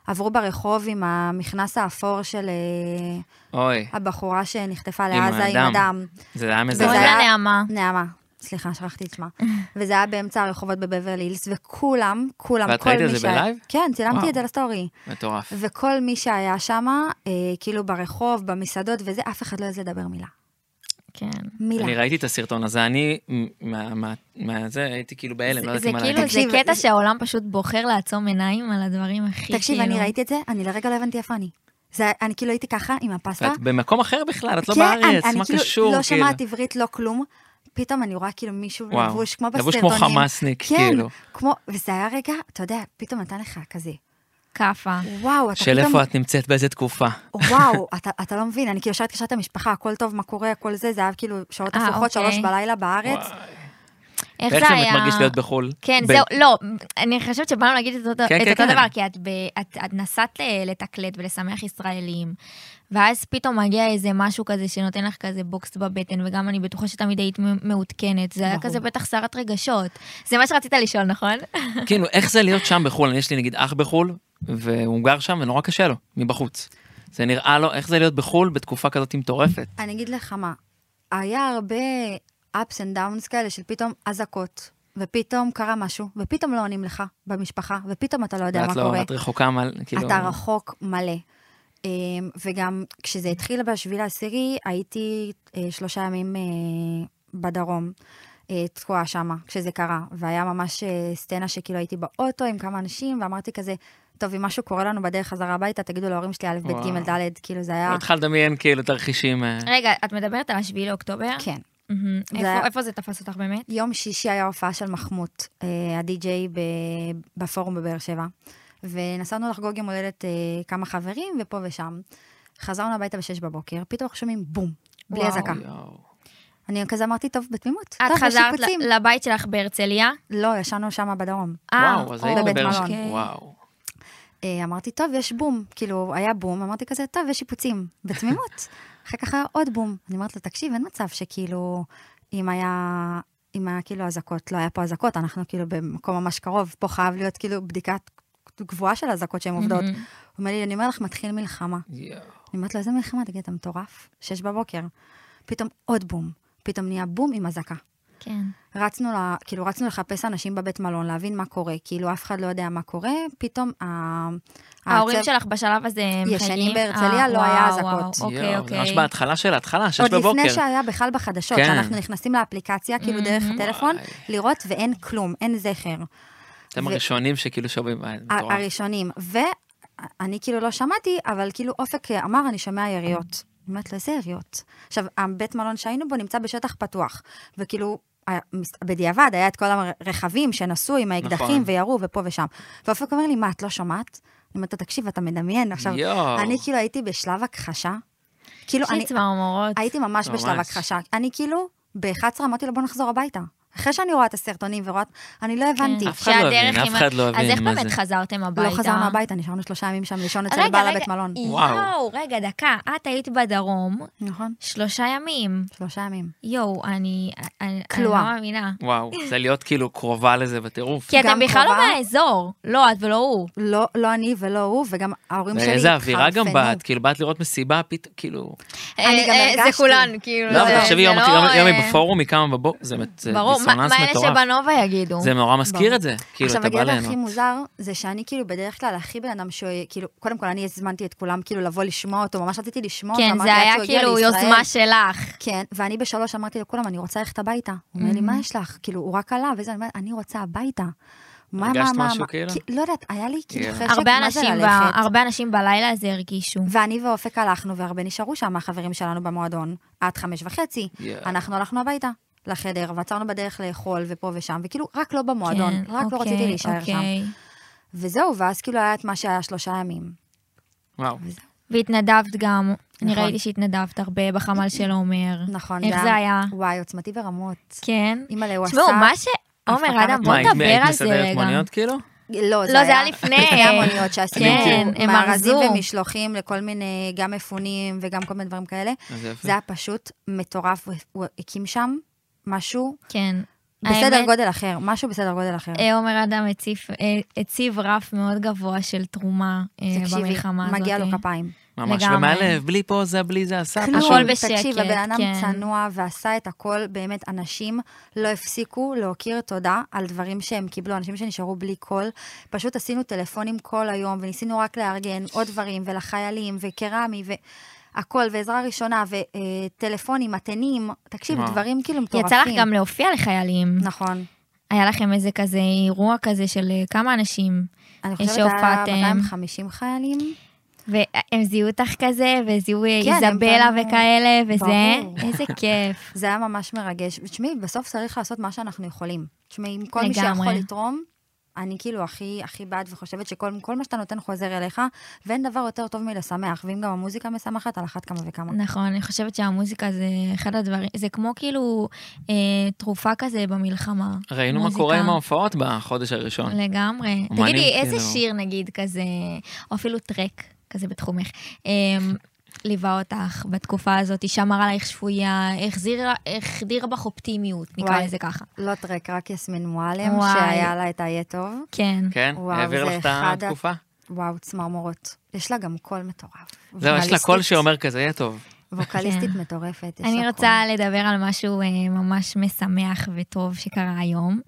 S3: עברו ברחוב עם המכנס האפור של אה,
S2: אוי,
S3: הבחורה שנחטפה
S2: עם
S3: לעזה עם
S2: האדם.
S3: אדם.
S2: זה לא- היה
S3: וזה
S1: קוראים
S2: מזעזע.
S1: לה נעמה.
S3: נעמה. סליחה, שכחתי את שמה. וזה היה באמצע הרחובות בבברלי הילס, וכולם, כולם,
S2: ואת
S3: כל
S2: ראית
S3: מי
S2: את זה
S3: שהיה-
S2: בלייב?
S3: כן, צילמתי
S2: וואו.
S3: את זה לסטורי.
S2: מטורף.
S3: וכל מי שהיה שם, אה, כאילו ברחוב, במסעדות וזה, אף אחד לא יעז לדבר מילה.
S1: כן.
S3: מילה.
S2: אני ראיתי את הסרטון הזה, אני מה- מה- מה זה, הייתי כאילו בהלם, לא
S1: זה
S2: ידעתי מה
S1: כאילו,
S2: להגיד.
S1: זה
S3: תקשיב,
S1: קטע
S3: זה-
S1: שהעולם פשוט בוחר לעצום עיניים על הדברים הכי כאילו...
S3: תקשיב, אני ראיתי את זה, אני לרגע לא הבנתי איפה אני. זה, אני כאילו הייתי ככה עם הפסטה.
S2: ואת במקום אחר בכלל, את לא
S3: כן, אני-
S2: בארץ,
S3: אני
S2: מה
S3: כאילו
S2: קשור?
S3: לא
S2: כאילו?
S3: שומעת עברית, לא כלום. פתאום אני רואה כאילו מישהו
S2: וואו,
S3: לבוש כמו
S2: לבוש
S3: בסרטונים.
S2: כמו חמאסניק,
S3: כן,
S2: כאילו.
S3: כמו, וזה היה רגע, אתה יודע, פתאום נתן לך כזה.
S1: כאפה.
S3: וואו, אתה
S2: של
S3: פתאום...
S2: איפה את נמצאת, באיזה תקופה.
S3: וואו, אתה, אתה לא מבין, אני כאילו ישר התקשרתי למשפחה, הכל טוב, מה קורה, הכל זה, זה היה כאילו שעות
S1: אה,
S3: הפוכות,
S1: אוקיי.
S3: שלוש בלילה בארץ.
S1: איך
S2: ואיך
S1: זה
S2: זה
S1: היה?
S2: מרגיש להיות בחו"ל?
S1: כן,
S2: ב-
S1: זהו, לא, אני חושבת שבאנו להגיד את אותו,
S2: כן,
S1: את
S2: כן,
S1: אותו
S2: כן.
S1: דבר, כי את, ב, את, את נסעת ל- לתקלט ולשמח ישראלים, ואז פתאום מגיע איזה משהו כזה שנותן לך כזה בוקס בבטן, וגם אני בטוחה שתמיד היית מ- מעודכנת, זה היה
S3: ברור.
S1: כזה בטח סערת רגשות. זה מה שרצית לשאול, נכון?
S2: כאילו, איך זה להיות שם בחו"ל? אני, יש לי נגיד אח בחו"ל, והוא גר שם ונורא קשה לו, מבחוץ. זה נראה לו, איך זה להיות בחו"ל בתקופה כזאת מטורפת?
S3: אני אגיד לך מה, היה הרבה ups and downs כאלה של פתאום אזעקות, ופתאום קרה משהו, ופתאום לא עונים לך במשפחה, ופתאום אתה לא יודע מה
S2: ואת
S3: קורה.
S2: לא, את רחוקה מעל, כאילו...
S3: אתה רחוק מלא. אמ, וגם כשזה התחיל בשביל העשירי, הייתי אה, שלושה ימים אה, בדרום. אה, תקועה שמה, כשזה קרה, והיה ממש אה, סצנה שכאילו הייתי באוטו עם כמה אנשים, ואמרתי כזה, טוב, אם משהו קורה לנו בדרך חזרה הביתה, תגידו להורים שלי א', ב',
S2: וואו.
S3: ג', ד', כאילו זה
S2: לא
S3: היה...
S2: התחלת לדמיין כאילו תרחישים... אה,
S1: רגע, את מדברת על השביעי לאוקטובר?
S3: כן.
S1: מהמם.
S3: זה
S1: איפה-
S3: היה-
S1: איפה זה תפס אותך באמת?
S3: יום שישי היה הופעה של מחמוט, אה, הדי-ג'יי ב- בפורום בבאר שבע, ונסענו לחגוג יום הולדת אה, כמה חברים, ופה ושם. חזרנו הביתה בשש בבוקר, פתאום אנחנו שומעים בום, בלי
S1: וואו.
S3: אזעקה.
S2: יואו.
S3: אני כזה אמרתי, טוב, בתמימות.
S1: את
S3: טוב, יש
S1: חזרת
S3: לא, שיפוצים."
S1: ל- לבית שלך בהרצליה?
S3: לא, ישנו שם בדרום.
S1: אה,
S2: וואו, אז
S1: או,
S2: היית
S3: בבית
S2: בבאר
S3: מלון.
S2: שבע.
S1: אוקיי.
S2: וואו.
S3: אה, אמרתי, טוב, יש בום. כאילו, היה בום, אמרתי כזה, טוב, יש שיפוצים. בתמימות. אחר כך היה עוד בום. אני אומרת לו, תקשיב, אין מצב שכאילו, אם היה... אם היה כאילו אזעקות, לא היה פה אזעקות, אנחנו כאילו במקום ממש קרוב, פה חייב להיות כאילו בדיקה גבוהה של אזעקות שהן עובדות. הוא אומר לי, אני אומר לך, מתחיל מלחמה.
S2: יואו.
S3: אני אומרת לו, איזה מלחמה? תגיד, אתה מטורף? שש בבוקר. פתאום עוד בום. פתאום נהיה בום עם אזעקה.
S1: כן.
S3: רצנו, לה, כאילו, רצנו לחפש אנשים בבית מלון, להבין מה קורה, כאילו, אף אחד לא יודע מה קורה, פתאום ה...
S1: ההורים
S3: הצו-
S1: שלך בשלב הזה הם חיים?
S3: אה, ישנים בהרצליה,
S1: אה,
S3: לא היה
S1: וואו,
S3: אזעקות.
S1: וואו, אוקיי,
S2: יואו, זה ממש
S1: אוקיי.
S2: בהתחלה של ההתחלה, שש
S3: עוד
S2: בבוקר.
S3: לפני שהיה בכלל בחדשות,
S2: כן. Mm-hmm.
S3: שאנחנו נכנסים לאפליקציה, כאילו דרך הטלפון,
S2: וואי.
S3: לראות ואין כלום, אין זכר.
S2: אתם
S3: ו-
S2: הראשונים שכאילו שומעים, אה,
S3: ה-
S2: מטורף.
S3: הראשונים. ואני כאילו לא שמעתי, אבל כאילו אופק אמר, אני שומע יריות. אני אומרת לו, איזה יריות? עכשיו, הבית מלון שהיינו בו נמצא בשטח פתוח, וכאילו... היה- מס- בדיעבד היה את כל הרכבים שנסעו עם האקדחים
S2: נכון.
S3: וירו ופה ושם. ואופק אומר לי, מה, את לא שומעת? אני אומרת לו, תקשיב, אתה מדמיין. עכשיו,
S2: יואו.
S3: אני כאילו הייתי בשלב הכחשה. כאילו,
S1: יש לי
S3: אני
S1: צמרמורות.
S3: הייתי ממש בשלב
S2: ממש.
S3: הכחשה. אני כאילו, ב-11 אמרתי לו, בוא נחזור הביתה. אחרי שאני רואה את הסרטונים ורואה... אני לא הבנתי.
S2: אף אחד לא
S1: כן. שהדרך
S2: הבין, אף
S1: עם-
S2: אחד לא
S1: אז
S2: הבין
S1: איך
S2: מה
S1: באמת
S2: זה.
S1: חזרתם הביתה?
S3: לא חזרנו הביתה, נשארנו שלושה ימים שם לישון
S1: רגע,
S3: אצל בעל
S1: רגע,
S3: הבית מלון.
S2: וואו.
S1: יואו, רגע, דקה. את היית בדרום
S3: נכון?
S1: שלושה ימים.
S3: שלושה ימים.
S1: יואו, אני... אני אני לא
S3: כלואה.
S1: מאמינה.
S2: וואו, זה להיות כאילו קרובה לזה בטירוף.
S1: כי אתם
S3: גם
S1: בכלל לא
S3: קרובה?
S1: מהאזור. לא, את ולא הוא.
S3: לא, לא אני ולא הוא, וגם ההורים שלי
S2: ואיזה אווירה גם
S3: התחרפנו.
S2: באת, כאילו באת לראות מסיבה, פתאום, כאילו...
S3: אני גם
S1: אה, אה, זה
S3: הרגשתי.
S1: כולן, כאילו.
S2: לא,
S1: זה-
S2: אבל תחשבי,
S1: זה
S2: יום
S1: לא,
S2: אחרי- יום
S1: אה,
S2: בפורום, היא קמה בבוקר, זה מת- זה
S1: ברור, מה-
S2: דיסוננס
S1: מה אלה
S2: מטורף.
S1: שבנובה יגידו?
S2: זה נורא מזכיר
S3: ברור.
S2: את זה. כאילו,
S3: עכשיו,
S2: אתה בא
S3: הגדול הכי
S2: ליהנות.
S3: מוזר, זה שאני כאילו בדרך כלל הכי בן אדם ש... כאילו, קודם כל אני הזמנתי את כולם כאילו לבוא לשמוע אותו, ממש רציתי לשמוע אותו,
S1: כן,
S3: אמרתי
S1: זה
S3: עד
S1: היה
S3: שהוא הגיע
S1: כאילו
S3: לישראל.
S1: יוזמה שלך.
S3: כן, ואני בשלוש אמרתי לכולם, אני רוצה ללכת הביתה. הוא
S2: Mm-hmm.
S3: אומר לי, מה יש לך? כאילו, הוא רק עלה, וזה, אני אומרת, אני רוצה הביתה. מה, מה,
S2: הרגשת
S3: מה,
S2: משהו
S3: מה?
S2: כאילו?
S3: כי- לא יודעת, היה לי כאילו
S2: כן.
S3: חשק,
S1: הרבה
S3: מה זה
S1: אנשים ב-
S3: ללכת?
S1: הרבה אנשים בלילה הזה הרגישו.
S3: ואני ואופק הלכנו, והרבה נשארו שם מהחברים שלנו במועדון, עד חמש וחצי.
S2: יואו.
S3: אנחנו הלכנו הביתה, לחדר, ועצרנו בדרך לאכול, ופה ושם, וכאילו, רק לא במועדון,
S1: כן,
S3: רק לא
S1: אוקיי,
S3: רציתי להישאר שם.
S1: אוקיי.
S3: וזהו, ואז כאילו היה את מה שהיה שלושה ימים.
S2: וואו.
S1: והתנדבת גם, אני
S3: נכון.
S1: ראיתי שהתנדבת הרבה בחמ"ל של עומר.
S3: נכון,
S1: איך זה היה?
S3: וואי, עוצמתי ברמות.
S1: כן.
S3: אימא'לה, הוא עשה...
S1: תשמעו, מה ש... עומר,
S3: הפקה
S1: אדם, בוא
S2: מה, היית
S1: נדבר
S2: היית
S1: על זה
S2: מסדרת
S1: רגע.
S2: מוניות כאילו?
S3: לא,
S1: לא, זה היה לפני.
S3: לפני המוניות שעשינו.
S1: כן, הם
S3: מארזים
S1: ארזו.
S3: ומשלוחים לכל מיני, גם מפונים וגם כל מיני דברים כאלה.
S2: אז יפה.
S3: זה היה פשוט מטורף, הוא- הוא הקים שם משהו
S1: כן.
S3: בסדר
S1: האמת,
S3: גודל אחר, משהו בסדר גודל אחר.
S1: אה, עומר אדם הציף- אה, הציב רף מאוד גבוה של תרומה אה,
S3: תקשיבי,
S1: במלחמה הזאת.
S3: מגיע לו כפיים.
S2: ממש,
S1: לגמרי.
S2: ומהלב, בלי פוזה, בלי זה, עשה
S1: כלום.
S2: פשוט.
S1: הכל בשקט,
S3: תקשיב, הבן אדם
S1: כן.
S3: צנוע ועשה את הכל, באמת, אנשים לא הפסיקו להכיר תודה על דברים שהם קיבלו, אנשים שנשארו בלי קול. פשוט עשינו טלפונים כל היום, וניסינו רק לארגן עוד דברים, ולחיילים, וקרמי, והכל, ועזרה ראשונה, וטלפונים, מתנים, תקשיב,
S2: וואו.
S3: דברים כאילו מטורפים.
S1: יצא לך גם להופיע לחיילים.
S3: נכון.
S1: היה לכם איזה כזה אירוע כזה של אה, כמה אנשים,
S3: אני
S1: יש
S3: חושבת היה
S1: שהופעתם.
S3: 250 חיילים.
S1: והם זיהו אותך כזה, וזיהו אה,
S3: כן, הם
S1: איזבלה
S3: פנו-
S1: וכאלה, וזה,
S3: ברור.
S1: איזה כיף.
S3: זה היה ממש מרגש. ותשמעי, בסוף צריך לעשות מה שאנחנו יכולים. תשמעי, עם כל מי
S1: לגמרי.
S3: שיכול לתרום, אני כאילו הכי, הכי בעד וחושבת שכל כל מה שאתה נותן חוזר אליך, ואין דבר יותר טוב מלשמח, ואם גם המוזיקה משמחת, על אחת כמה וכמה.
S1: נכון, אני חושבת שהמוזיקה זה אחד הדברים, זה כמו כאילו אה, תרופה כזה במלחמה.
S2: ראינו מה
S1: מוזיקה.
S2: קורה עם ההופעות בחודש הראשון.
S1: לגמרי.
S2: אומנים,
S1: תגידי, איזה
S2: כאילו.
S1: שיר נגיד כזה, או אפילו טרק כזה בתחומך, אמ, ליווה אותך בתקופה הזאת, שמר עלייך שפויה, החזיר- החדיר בך אופטימיות, נקרא
S3: וואי.
S1: לזה ככה.
S3: לא טרק, רק יסמין מועלם,
S1: וואי.
S3: שהיה לה את ה"היה טוב".
S1: כן.
S2: כן?
S3: וואו,
S2: העביר
S3: זה
S2: לך את
S3: אחד ה-
S2: התקופה?
S3: וואו, צמרמורות. יש לה גם קול מטורף.
S2: זהו, יש לה קול
S3: ווקליסטית-
S2: שאומר כזה, יהיה טוב.
S3: ווקליסטית
S1: כן.
S3: מטורפת, יש לה
S1: אני רוצה לדבר על משהו אה, ממש משמח וטוב שקרה היום.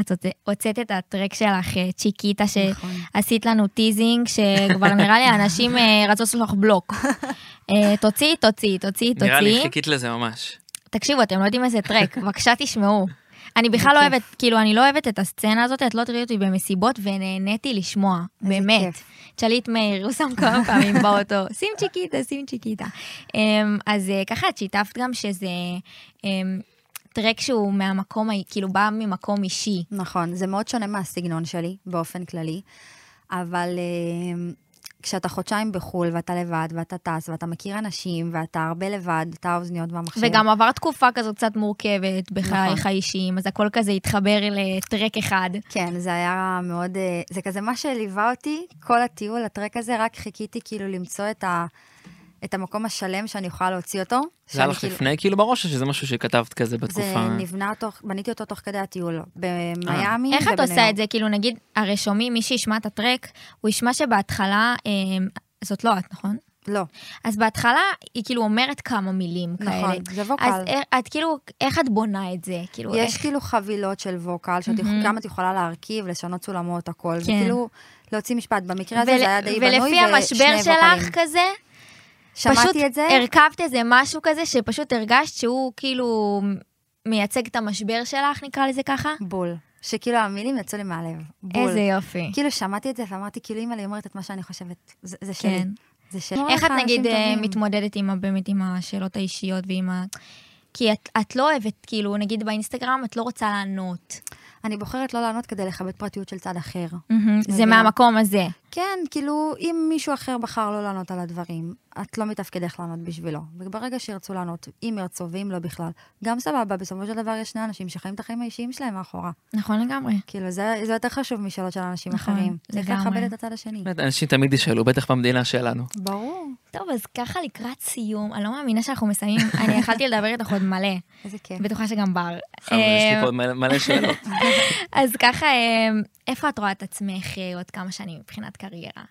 S1: את הוצ- הוצאת את הטרק שלך, אה, צ'יקיטה,
S3: נכון.
S1: שעשית לנו טיזינג, שכבר נראה לי האנשים אה, רצו לעשות לך בלוק. אה, תוציאי, תוציאי, תוציאי, תוציאי.
S2: נראה לי חיכית לזה ממש.
S1: תקשיבו, אתם לא יודעים איזה טרק, בבקשה תשמעו. אני בכלל לא
S3: בכיף.
S1: אוהבת, כאילו, אני לא אוהבת את הסצנה הזאת, את לא תראי אותי במסיבות, ונהניתי לשמוע,
S3: איזה
S1: באמת.
S3: כיף.
S1: תשאלי את מאיר, הוא שם כמה פעמים באוטו, שים צ'יקיטה, שים צ'יקיטה. אמ, אז אה, ככה, את שיתפת גם שזה אמ, טרק שהוא מהמקום, האי- כאילו, בא ממקום אישי.
S3: נכון, זה מאוד שונה מהסגנון שלי באופן כללי, אבל אה, כשאתה חודשיים בחו"ל ואתה לבד ואתה טס ואתה מכיר אנשים ואתה הרבה לבד, אתה האוזניות והמחשב.
S1: וגם עבר תקופה כזו קצת מורכבת בחייך
S3: כן. נכון.
S1: האישיים, אז הכל כזה התחבר לטרק אחד.
S3: כן, זה היה מאוד, אה, זה כזה מה שליווה אותי, כל הטיול, הטרק הזה, רק חיכיתי כאילו למצוא את, ה, את המקום השלם שאני אוכל להוציא אותו.
S2: זה היה
S3: שאני
S2: לך
S3: כאילו-
S2: לפני כאילו בראש, או שזה משהו שכתבת כזה בתקופה?
S3: זה נבנה תוך, בניתי אותו תוך כדי הטיול, במיאמי.
S1: אה. איך את
S3: ובניו
S1: עושה
S3: יורק.
S1: את זה? כאילו, נגיד, הרי שומעים, מי שישמע את הטרק, הוא ישמע שבהתחלה, אמ, זאת לא את, נכון?
S3: לא,
S1: אז בהתחלה היא כאילו אומרת כמה מילים כאלה.
S3: נכון, זה ווקל.
S1: אז אה, את כאילו, איך את בונה את זה? כאילו,
S3: יש
S1: איך...
S3: כאילו חבילות של ווקל, שאת יכולה- כמה את יכולה להרכיב, לשנות סולמות, הכל. זה
S1: כן.
S3: כאילו להוציא משפט. במקרה הזה
S1: ול-
S3: זה היה די בנוי,
S1: ולפי
S3: ושני
S1: המשבר שלך
S3: ווקלים.
S1: כזה, פשוט
S3: שמעתי את זה,
S1: הרכבת איזה משהו כזה שפשוט הרגשת שהוא כאילו מייצג את המשבר שלך, נקרא לזה ככה?
S3: בול. שכאילו המילים יצאו לי מהלב. בול.
S1: איזה יופי.
S3: כאילו שמעתי את זה ואמרתי, כאילו אימא לי אומרת את מה שאני חושבת. זה זה שלי.
S1: כן.
S3: זה שלי.
S1: איך את
S3: אנשים
S1: נגיד אה,
S3: טובים.
S1: מתמודדת עם ה- באמת עם השאלות האישיות ועם ה... כי את, את לא אוהבת, כאילו, נגיד באינסטגרם את לא רוצה לענות.
S3: אני בוחרת לא לענות כדי לכבד פרטיות של צד אחר.
S1: זה
S3: מבינה.
S1: מהמקום הזה.
S3: כן, כאילו, אם מישהו אחר בחר לא לענות על הדברים, את לא מתפקידך לענות בשבילו. וברגע שירצו לענות, אם ירצו ואם לא בכלל, גם סבבה, בסופו של דבר יש שני אנשים שחיים את החיים האישיים שלהם מאחורה.
S1: נכון לגמרי.
S3: כאילו, זה, זה יותר חשוב משאלות של אנשים
S1: נכון,
S3: אחרים. צריך
S1: לגמרי.
S3: לכבד את הצד השני.
S2: באמת, אנשים תמיד ישאלו, בטח במדינה שלנו.
S3: ברור,
S1: טוב, אז ככה לקראת סיום, אני לא מאמינה שאנחנו מסיימים, אני יכלתי לדבר איתך עוד מלא,
S3: איזה כיף.
S1: בטוחה שגם בר.
S2: אבל יש לי
S1: אה,
S2: פה עוד מלא מלא שאלות.
S1: אז ככה, אה, איפה את רואה את עצמך אה, עוד כמה שנים מבחינת קריירה?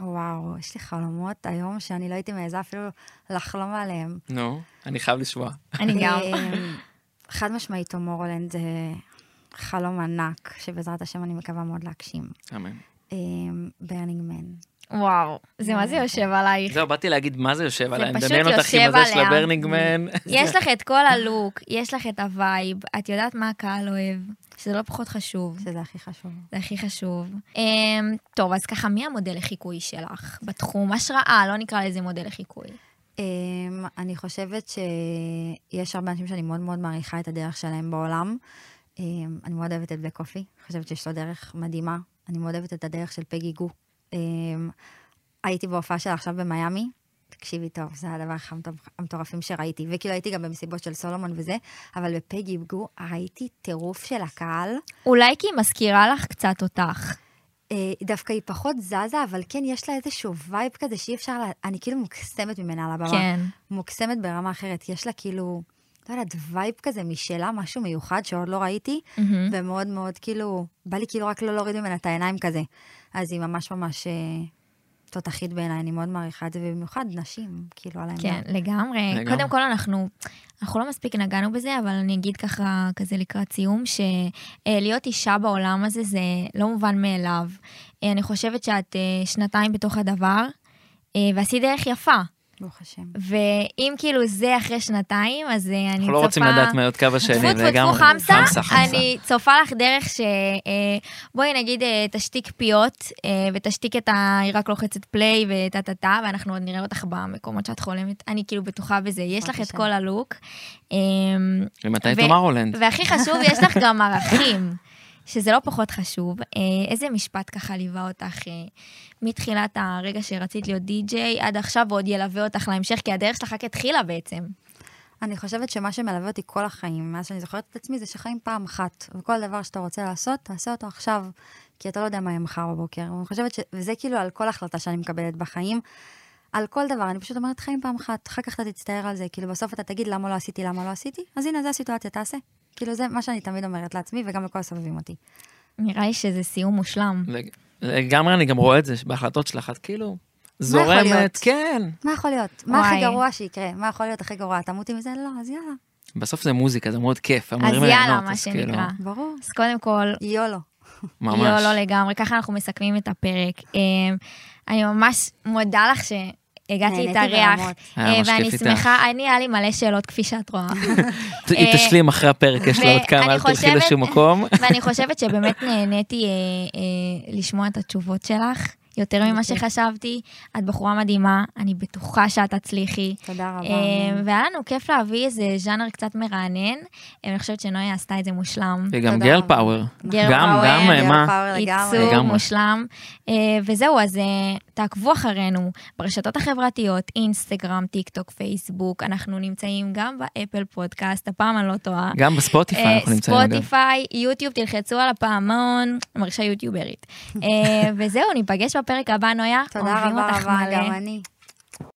S3: וואו, יש לי חלומות היום שאני לא הייתי מעיזה אפילו לחלום עליהם.
S2: נו, אני חייב לשמוע.
S1: אני גם.
S3: אמ, חד משמעית, הומורולנד זה חלום ענק, שבעזרת השם אני מקווה מאוד להגשים. אה,
S2: אמן.
S3: ברנינג מן.
S1: וואו, זה מה זה יושב עלייך.
S2: זהו, באתי להגיד מה זה יושב עליה. אני
S1: פשוט
S2: מדמיין אותך עם
S1: יושב
S2: הזה של
S1: עליה.
S2: הברנינגמן.
S1: יש לך את כל הלוק, יש לך את הווייב, את יודעת מה הקהל אוהב, שזה לא פחות חשוב,
S3: שזה הכי חשוב.
S1: זה הכי חשוב. אמ, טוב, אז ככה, מי המודל לחיקוי שלך בתחום? השראה, לא נקרא לזה מודל לחיקוי.
S3: אמ, אני חושבת שיש הרבה אנשים שאני מאוד מאוד מעריכה את הדרך שלהם בעולם. אמ, אני מאוד אוהבת את בלק קופי, חושבת שיש לו דרך מדהימה. אני מאוד אוהבת את הדרך של פגי גו. אמ, הייתי בהופעה שלה עכשיו במיאמי. תקשיבי טוב, זה הדבר הכי המטור- המטורפים שראיתי. וכאילו הייתי גם במסיבות של סולומון וזה, אבל בפגי גו ראיתי טירוף של הקהל.
S1: אולי כי היא מזכירה לך קצת אותך.
S3: אה, דווקא היא פחות זזה, אבל כן, יש לה איזשהו וייב כזה שאי אפשר לה... אני כאילו מוקסמת ממנה על הבמה.
S1: כן.
S3: מוקסמת ברמה אחרת. יש לה כאילו, לא יודעת, וייב כזה משלה, משהו מיוחד שעוד לא ראיתי,
S1: מהמם.
S3: ומאוד מאוד כאילו, בא לי כאילו רק לא להוריד ממנה את העיניים כזה. אז היא ממש ממש אה, תותחית בעיניי, אני מאוד מעריכה את זה, ובמיוחד נשים, כאילו, על העמדה.
S1: כן, לגמרי.
S2: לגמרי.
S1: קודם כל, אנחנו, אנחנו לא מספיק נגענו בזה, אבל אני אגיד ככה, כזה לקראת סיום, שלהיות אישה בעולם הזה זה לא מובן מאליו. אה, אני חושבת שאת אה, שנתיים בתוך הדבר, אה, ועשית דרך יפה.
S3: ברוך השם.
S1: ואם כאילו זה אחרי שנתיים, אז אה, אני צופה...
S2: אנחנו לא רוצים לדעת מה עוד כמה
S1: טפו
S2: שנים,
S1: טפו טפו
S2: לגמרי.
S1: חמסה,
S2: חמסה, חמסה.
S1: אני צופה לך דרך ש... אה, בואי נגיד אה, תשתיק פיות אה, ותשתיק את ה... היא רק לוחצת פליי וטה טה טה, ואנחנו עוד נראה אותך במקומות שאת חולמת, אני כאילו בטוחה בזה, יש לך את
S3: בבקשה.
S1: כל הלוק. אה,
S2: ומתי
S1: ו-
S2: תאמר הולנד?
S1: והכי חשוב, יש לך גם ערכים, שזה לא פחות חשוב. אה, איזה משפט ככה ליווה אותך אה, מתחילת הרגע שרצית להיות די-ג'יי עד עכשיו, ועוד ילווה אותך להמשך, כי הדרך שלך רק התחילה בעצם.
S3: אני חושבת שמה שמלווה אותי כל החיים, מאז שאני זוכרת את עצמי, זה שחיים פעם אחת. וכל דבר שאתה רוצה לעשות, תעשה אותו עכשיו, כי אתה לא יודע מה יהיה מחר בבוקר. ואני חושבת ש... וזה כאילו על כל החלטה שאני מקבלת בחיים, על כל דבר. אני פשוט אומרת, חיים פעם אחת, אחר כך אתה תצטער על זה. כאילו, בסוף אתה תגיד, למה לא עשיתי, למה לא עשיתי? אז הנה, זו הסיטואציה, תעשה. כאילו, זה מה שאני תמיד אומרת לעצמי, וגם לכל הסובבים אותי.
S1: נראה לי שזה סיום מושלם.
S2: לג- לגמרי, אני גם רואה את זה בהחלטות שלך, את
S1: לא
S2: כאילו
S3: יכול להיות?
S2: זורמת, כן.
S3: מה יכול להיות? מה הכי
S1: וואי.
S3: גרוע שיקרה? מה יכול להיות הכי גרוע? תמותי מזה? לא, אז יאללה.
S2: בסוף זה מוזיקה, זה מאוד כיף,
S1: אז
S2: אמורים
S1: יאללה,
S2: ליהנות,
S1: מה
S2: אז כאילו,
S1: שנקרא.
S3: ברור.
S1: אז קודם כל,
S3: יולו.
S2: ממש.
S1: לא, לא לגמרי, ככה אנחנו מסכמים את הפרק. אמ, אני ממש מודה לך שהגעת
S3: נהניתי
S1: להתארח,
S3: ברמות.
S2: היה
S1: אה,
S2: ממש
S1: ואני
S2: כיף איתך.
S1: שמחה, אני, היה לי מלא שאלות, כפי שאת רואה.
S2: ת- היא
S1: אה,
S2: תשלים אחרי הפרק, יש לה עוד כמה,
S1: ואני
S2: אל תלכי
S1: חושבת-
S2: לשום מקום.
S1: ואני חושבת שבאמת נהניתי אה, אה, לשמוע את התשובות שלך. יותר ממה
S3: אוקיי.
S1: שחשבתי. את בחורה מדהימה, אני בטוחה שאת תצליחי.
S3: תודה רבה. אמ,
S1: אה,
S3: אמן.
S1: והיה לנו כיף להביא איזה ז'אנר קצת מרענן. אה, אני חושבת שנויה עשתה את זה מושלם.
S2: וגם
S3: תודה
S2: גרל
S3: רבה.
S2: פאוור.
S1: גרל
S2: גם,
S1: פאוור,
S2: גם, אה,
S1: גרל
S2: מה?
S3: פאוור לגמרי.
S1: ייצור
S2: לגמרי.
S1: מושלם. אה, וזהו, אז אה, תעקבו אחרינו ברשתות החברתיות, אינסטגרם, טיק טוק, פייסבוק, אנחנו נמצאים גם באפל פודקאסט, הפעם אני לא טועה.
S2: גם בספוטיפיי
S1: אה,
S2: אנחנו נמצאים. אגב.
S1: ספוטיפיי, יוטיוב, תלחצו על הפעמון, מרשה יוטיוברית. אה, וזהו, ניפגש בפרק הבא, נויה.
S3: תודה
S1: אוהבים
S3: רבה
S1: אותך
S3: רבה,
S1: מלא.
S3: גם אני.